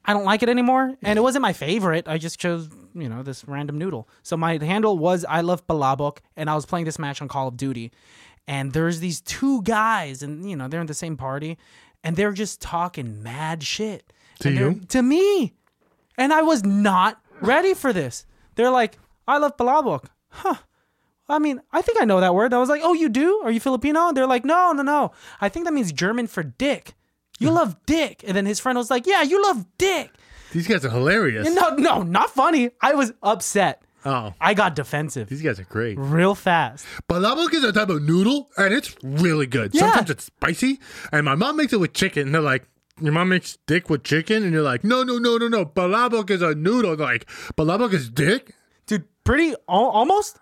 [SPEAKER 3] I don't like it anymore, and it wasn't my favorite. I just chose you know this random noodle. So my handle was I love palabok, and I was playing this match on Call of Duty, and there's these two guys, and you know they're in the same party, and they're just talking mad shit
[SPEAKER 2] To
[SPEAKER 3] And they're-
[SPEAKER 2] you?
[SPEAKER 3] to me. And I was not ready for this. They're like, I love palabok. Huh. I mean, I think I know that word. I was like, oh, you do? Are you Filipino? And they're like, no, no, no. I think that means German for dick. You love dick. And then his friend was like, yeah, you love dick.
[SPEAKER 2] These guys are hilarious.
[SPEAKER 3] And no, no, not funny. I was upset.
[SPEAKER 2] Oh,
[SPEAKER 3] I got defensive
[SPEAKER 2] these guys are great.
[SPEAKER 3] real fast.
[SPEAKER 2] Palabok is a type of noodle, and it's really good. Sometimes it's spicy, and my mom makes it with chicken. And they're like, "Your mom makes dick with chicken?" And you're like, "No, no, no, no, no. Palabok is a noodle. They're like, palabok is dick."
[SPEAKER 3] Dude, pretty al- almost,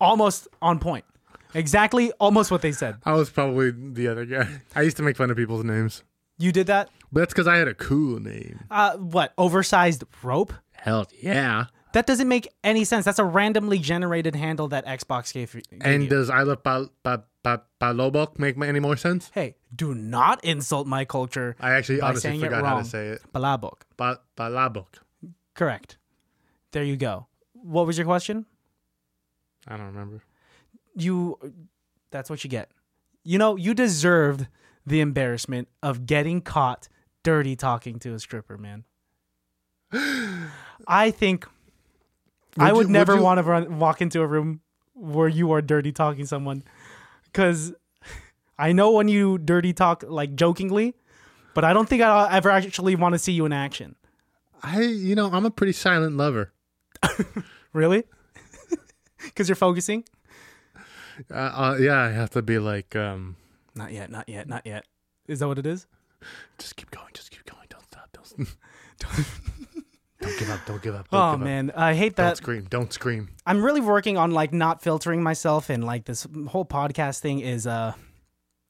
[SPEAKER 3] almost on point. Exactly, almost what they said.
[SPEAKER 2] I was probably the other guy. I used to make fun of people's names,
[SPEAKER 3] You did that?
[SPEAKER 2] but that's because I had a cool name.
[SPEAKER 3] Uh, what? Oversized rope?
[SPEAKER 2] Hell yeah!
[SPEAKER 3] That doesn't make any sense. That's a randomly generated handle that Xbox gave, gave
[SPEAKER 2] And
[SPEAKER 3] you.
[SPEAKER 2] does I love pal- pal- pal- palabok make ma- any more sense?
[SPEAKER 3] hey, do not insult my culture.
[SPEAKER 2] I actually
[SPEAKER 3] by
[SPEAKER 2] honestly
[SPEAKER 3] saying it
[SPEAKER 2] forgot how
[SPEAKER 3] wrong.
[SPEAKER 2] to say it.
[SPEAKER 3] Palabok.
[SPEAKER 2] Pa- palabok.
[SPEAKER 3] Correct. There you go. What was your question?
[SPEAKER 2] I don't remember.
[SPEAKER 3] You. That's what you get. You know, you deserved the embarrassment of getting caught dirty talking to a stripper, man. I think I
[SPEAKER 2] you-
[SPEAKER 3] would never
[SPEAKER 2] you-
[SPEAKER 3] want to run, walk into a room where you are dirty talking someone because I know when you dirty talk like jokingly, but I don't think I'll ever actually want to see you in action.
[SPEAKER 2] I, you know, I'm a pretty silent lover.
[SPEAKER 3] Really? Because you're focusing?
[SPEAKER 2] Uh, uh, yeah, I have to be like, um,
[SPEAKER 3] Not yet, not yet, not yet. Is that what it is?
[SPEAKER 2] just keep going, just keep going, don't stop, don't. Don't give up. Don't give up. Don't
[SPEAKER 3] Oh
[SPEAKER 2] give up.
[SPEAKER 3] man, I hate
[SPEAKER 2] Don't
[SPEAKER 3] that.
[SPEAKER 2] scream. Don't scream.
[SPEAKER 3] I'm really working on like not filtering myself, and like this whole podcast thing is uh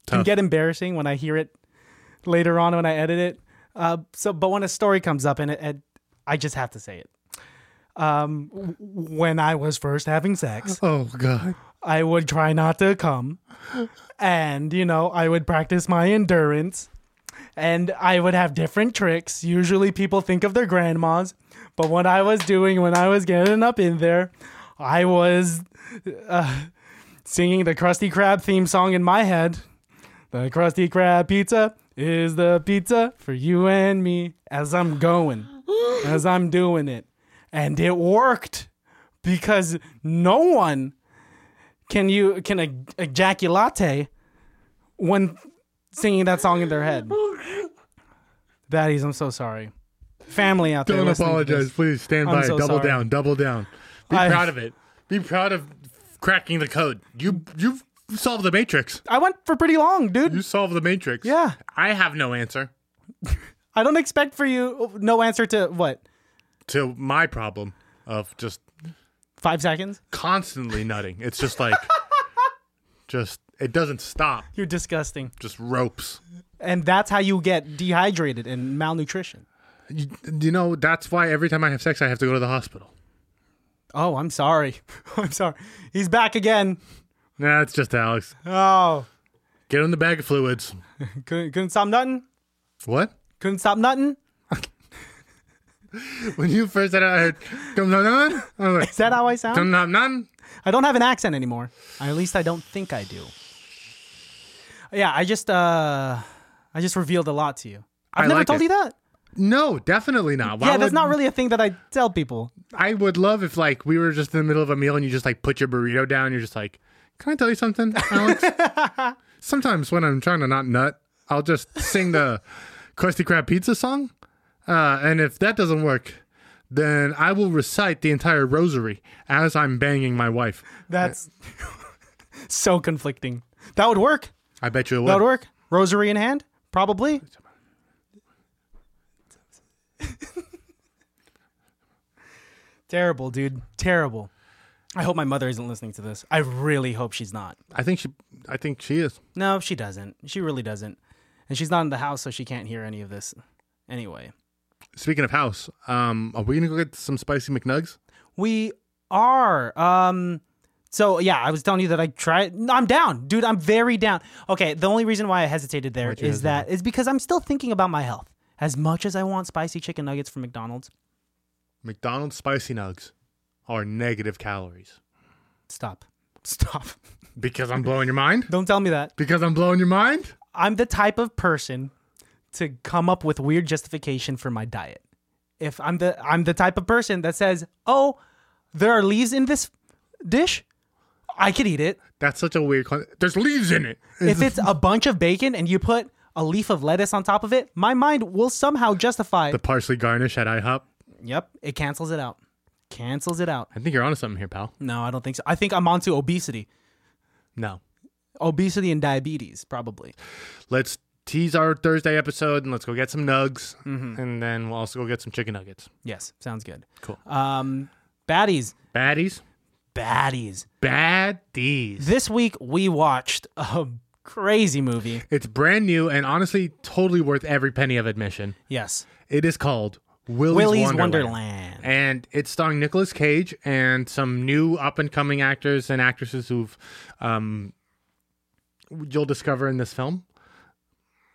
[SPEAKER 3] can
[SPEAKER 2] Tough.
[SPEAKER 3] get embarrassing when I hear it later on when I edit it. Uh, so, but when a story comes up and it, it I just have to say it. Um, w- when I was first having sex,
[SPEAKER 2] Oh god.
[SPEAKER 3] I would try not to come, and you know I would practice my endurance, and I would have different tricks. Usually, people think of their grandmas, but what I was doing when I was getting up in there, I was uh, singing the Krusty Krab theme song in my head. The Krusty Krab pizza is the pizza for you and me as I'm going, as I'm doing it, and it worked because no one can you can ej- ejaculate when singing that song in their head. Baddies, I'm so sorry. Family out there,
[SPEAKER 2] Don't
[SPEAKER 3] listening to
[SPEAKER 2] apologize.
[SPEAKER 3] this.
[SPEAKER 2] Please stand
[SPEAKER 3] I'm
[SPEAKER 2] by
[SPEAKER 3] so
[SPEAKER 2] it. Double
[SPEAKER 3] sorry.
[SPEAKER 2] down. Double down. Be
[SPEAKER 3] I-
[SPEAKER 2] proud of it. Be proud of cracking the code. You you solved the matrix.
[SPEAKER 3] I went for pretty long, dude.
[SPEAKER 2] You solved the matrix.
[SPEAKER 3] Yeah.
[SPEAKER 2] I have no answer
[SPEAKER 3] I don't expect for you no answer to what
[SPEAKER 2] to my problem of just
[SPEAKER 3] five seconds.
[SPEAKER 2] constantly nutting. It's just like just it doesn't stop.
[SPEAKER 3] You're disgusting,
[SPEAKER 2] Just ropes.
[SPEAKER 3] and that's how you get dehydrated and malnutrition.
[SPEAKER 2] You, you know that's why every time I have sex I have to go to the hospital.
[SPEAKER 3] Oh, I'm sorry. I'm sorry. He's back again.
[SPEAKER 2] Nah, it's just Alex.
[SPEAKER 3] Oh,
[SPEAKER 2] Get in the bag of fluids.
[SPEAKER 3] couldn't, couldn't stop nothing.
[SPEAKER 2] What?
[SPEAKER 3] Couldn't stop nothing.
[SPEAKER 2] When you first said it, I heard "Dum dum dum," I was like
[SPEAKER 3] Is that how I sound?
[SPEAKER 2] "Dum dum dum."
[SPEAKER 3] I don't have an accent anymore. At least I don't think I do. Yeah, I just uh, I just revealed a lot to you. I've
[SPEAKER 2] I
[SPEAKER 3] never
[SPEAKER 2] like
[SPEAKER 3] told
[SPEAKER 2] it.
[SPEAKER 3] you that.
[SPEAKER 2] No, definitely not. Why
[SPEAKER 3] yeah, that's
[SPEAKER 2] would-
[SPEAKER 3] not really a thing that I tell people.
[SPEAKER 2] I would love if like we were just in the middle of a meal and you just like put your burrito down. And you're just like, can I tell you something, Alex? Sometimes when I'm trying to not nut, I'll just sing the Krusty Krab pizza song, uh, and if that doesn't work, then I will recite the entire rosary as I'm banging my wife.
[SPEAKER 3] That's so conflicting. That would work.
[SPEAKER 2] I bet you it
[SPEAKER 3] That would
[SPEAKER 2] would.
[SPEAKER 3] work. Rosary in hand, probably. Terrible, dude. Terrible. I hope my mother isn't listening to this. I really hope she's not.
[SPEAKER 2] I think she. I think she is.
[SPEAKER 3] No, she doesn't. She really doesn't. And she's not in the house, so she can't hear any of this. Anyway,
[SPEAKER 2] Speaking of house, um, are we gonna go get some spicy McNugs?
[SPEAKER 3] we are. Um, so yeah, I was telling you that I tried. no, I'm down, dude. I'm very down. Okay, the only reason why I hesitated there
[SPEAKER 2] you
[SPEAKER 3] is that is because I'm still thinking about my health. As much as I want spicy chicken nuggets from McDonald's,
[SPEAKER 2] McDonald's spicy nugs are negative calories.
[SPEAKER 3] stop, stop.
[SPEAKER 2] Because I'm blowing your mind.
[SPEAKER 3] Don't tell me that.
[SPEAKER 2] Because I'm blowing your mind?
[SPEAKER 3] I'm the type of person to come up with weird justification for my diet. If I'm the I'm the type of person that says, "Oh, there are leaves in this dish. I could eat it."
[SPEAKER 2] That's such a weird. Con- There's leaves in it.
[SPEAKER 3] If it's a bunch of bacon and you put a leaf of lettuce on top of it, my mind will somehow justify.
[SPEAKER 2] The parsley garnish at IHOP.
[SPEAKER 3] yep, it cancels it out. Cancels it out.
[SPEAKER 2] I think you're onto something here, pal.
[SPEAKER 3] No, I don't think so. I think I'm onto obesity.
[SPEAKER 2] No.
[SPEAKER 3] Obesity and diabetes, probably.
[SPEAKER 2] Let's tease our Thursday episode and let's go get some nugs. And then we'll also go get some chicken nuggets.
[SPEAKER 3] Yes, sounds good.
[SPEAKER 2] Cool.
[SPEAKER 3] Um, baddies,
[SPEAKER 2] Baddies?
[SPEAKER 3] baddies.
[SPEAKER 2] Baddies.
[SPEAKER 3] This week we watched a crazy movie.
[SPEAKER 2] It's brand new and honestly totally worth every penny of admission.
[SPEAKER 3] Yes,
[SPEAKER 2] It is called Willie's,
[SPEAKER 3] Willy's
[SPEAKER 2] Wonderland.
[SPEAKER 3] Wonderland.
[SPEAKER 2] and it's starring Nicolas Cage and some new up and coming actors and actresses who've um you'll discover in this film.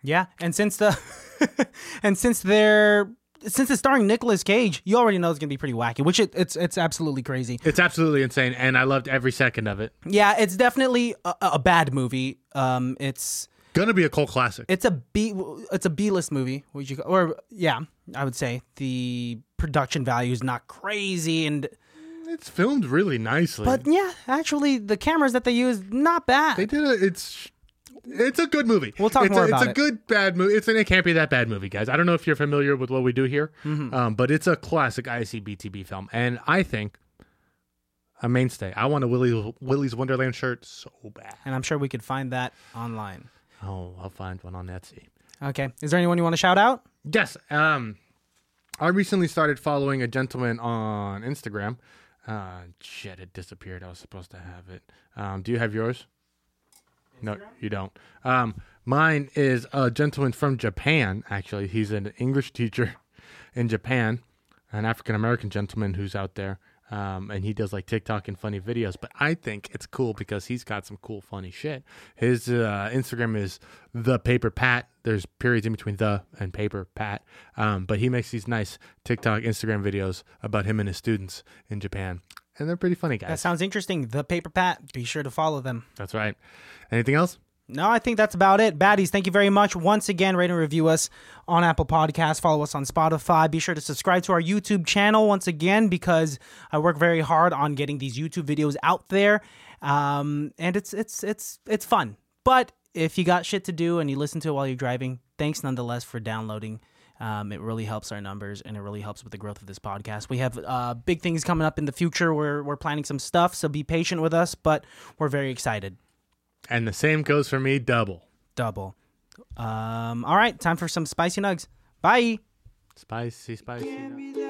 [SPEAKER 3] Yeah, and since the and since they're since it's starring Nicolas Cage, you already know it's gonna be pretty wacky, which it, it's it's absolutely crazy.
[SPEAKER 2] It's absolutely insane and I loved every second of it.
[SPEAKER 3] Yeah, it's definitely a, a bad movie. Um, it's
[SPEAKER 2] Gonna be a cult classic.
[SPEAKER 3] it's a B it's a B list movie. Would you or yeah, I would say the production value is not crazy, and
[SPEAKER 2] It's filmed really nicely.
[SPEAKER 3] but yeah, actually the cameras that they use not bad.
[SPEAKER 2] they did a it's it's a good movie.
[SPEAKER 3] We'll talk
[SPEAKER 2] it's
[SPEAKER 3] more
[SPEAKER 2] a, It's
[SPEAKER 3] about
[SPEAKER 2] a
[SPEAKER 3] it.
[SPEAKER 2] good bad movie. It's an it can't be that bad movie, guys. I don't know if you're familiar with what we do here,
[SPEAKER 3] Mm-hmm.
[SPEAKER 2] um, but it's a classic ICBTB film, and I think a mainstay. I want a Willy Willy's Wonderland shirt so bad.
[SPEAKER 3] and I'm sure we could find that online.
[SPEAKER 2] Oh, I'll find one on Etsy.
[SPEAKER 3] Okay, is there anyone you want to shout out?
[SPEAKER 2] Yes. Um, I recently started following a gentleman on Instagram. Uh, shit, it disappeared. I was supposed to have it. Um, do you have yours? No, you don't. Um, mine is a gentleman from Japan. Actually, he's an English teacher in Japan, an African American gentleman who's out there, um, and he does like TikTok and funny videos. But I think it's cool because he's got some cool funny shit. His uh, Instagram is the Paper Pat. There's periods in between the and paper Pat, um, but he makes these nice TikTok, Instagram videos about him and his students in Japan, and they're pretty funny
[SPEAKER 3] That
[SPEAKER 2] guys.
[SPEAKER 3] sounds interesting. The Paper Pat. Be sure to follow them.
[SPEAKER 2] That's right. Anything else?
[SPEAKER 3] No, I think that's about it. Baddies, thank you very much. Once again, rate and review us on Apple Podcasts. Follow us on Spotify. Be sure to subscribe to our YouTube channel once again because I work very hard on getting these YouTube videos out there. Um, and it's it's it's it's fun. But if you got shit to do and you listen to it while you're driving, thanks nonetheless for downloading. Um, it really helps our numbers and it really helps with the growth of this podcast. We have uh, big things coming up in the future. We're, we're planning some stuff, so be patient with us, but we're very excited
[SPEAKER 2] And the same goes for me, double.
[SPEAKER 3] double. Um, all right, time for some spicy nugs. Bye.
[SPEAKER 2] Spicy, spicy. nuts.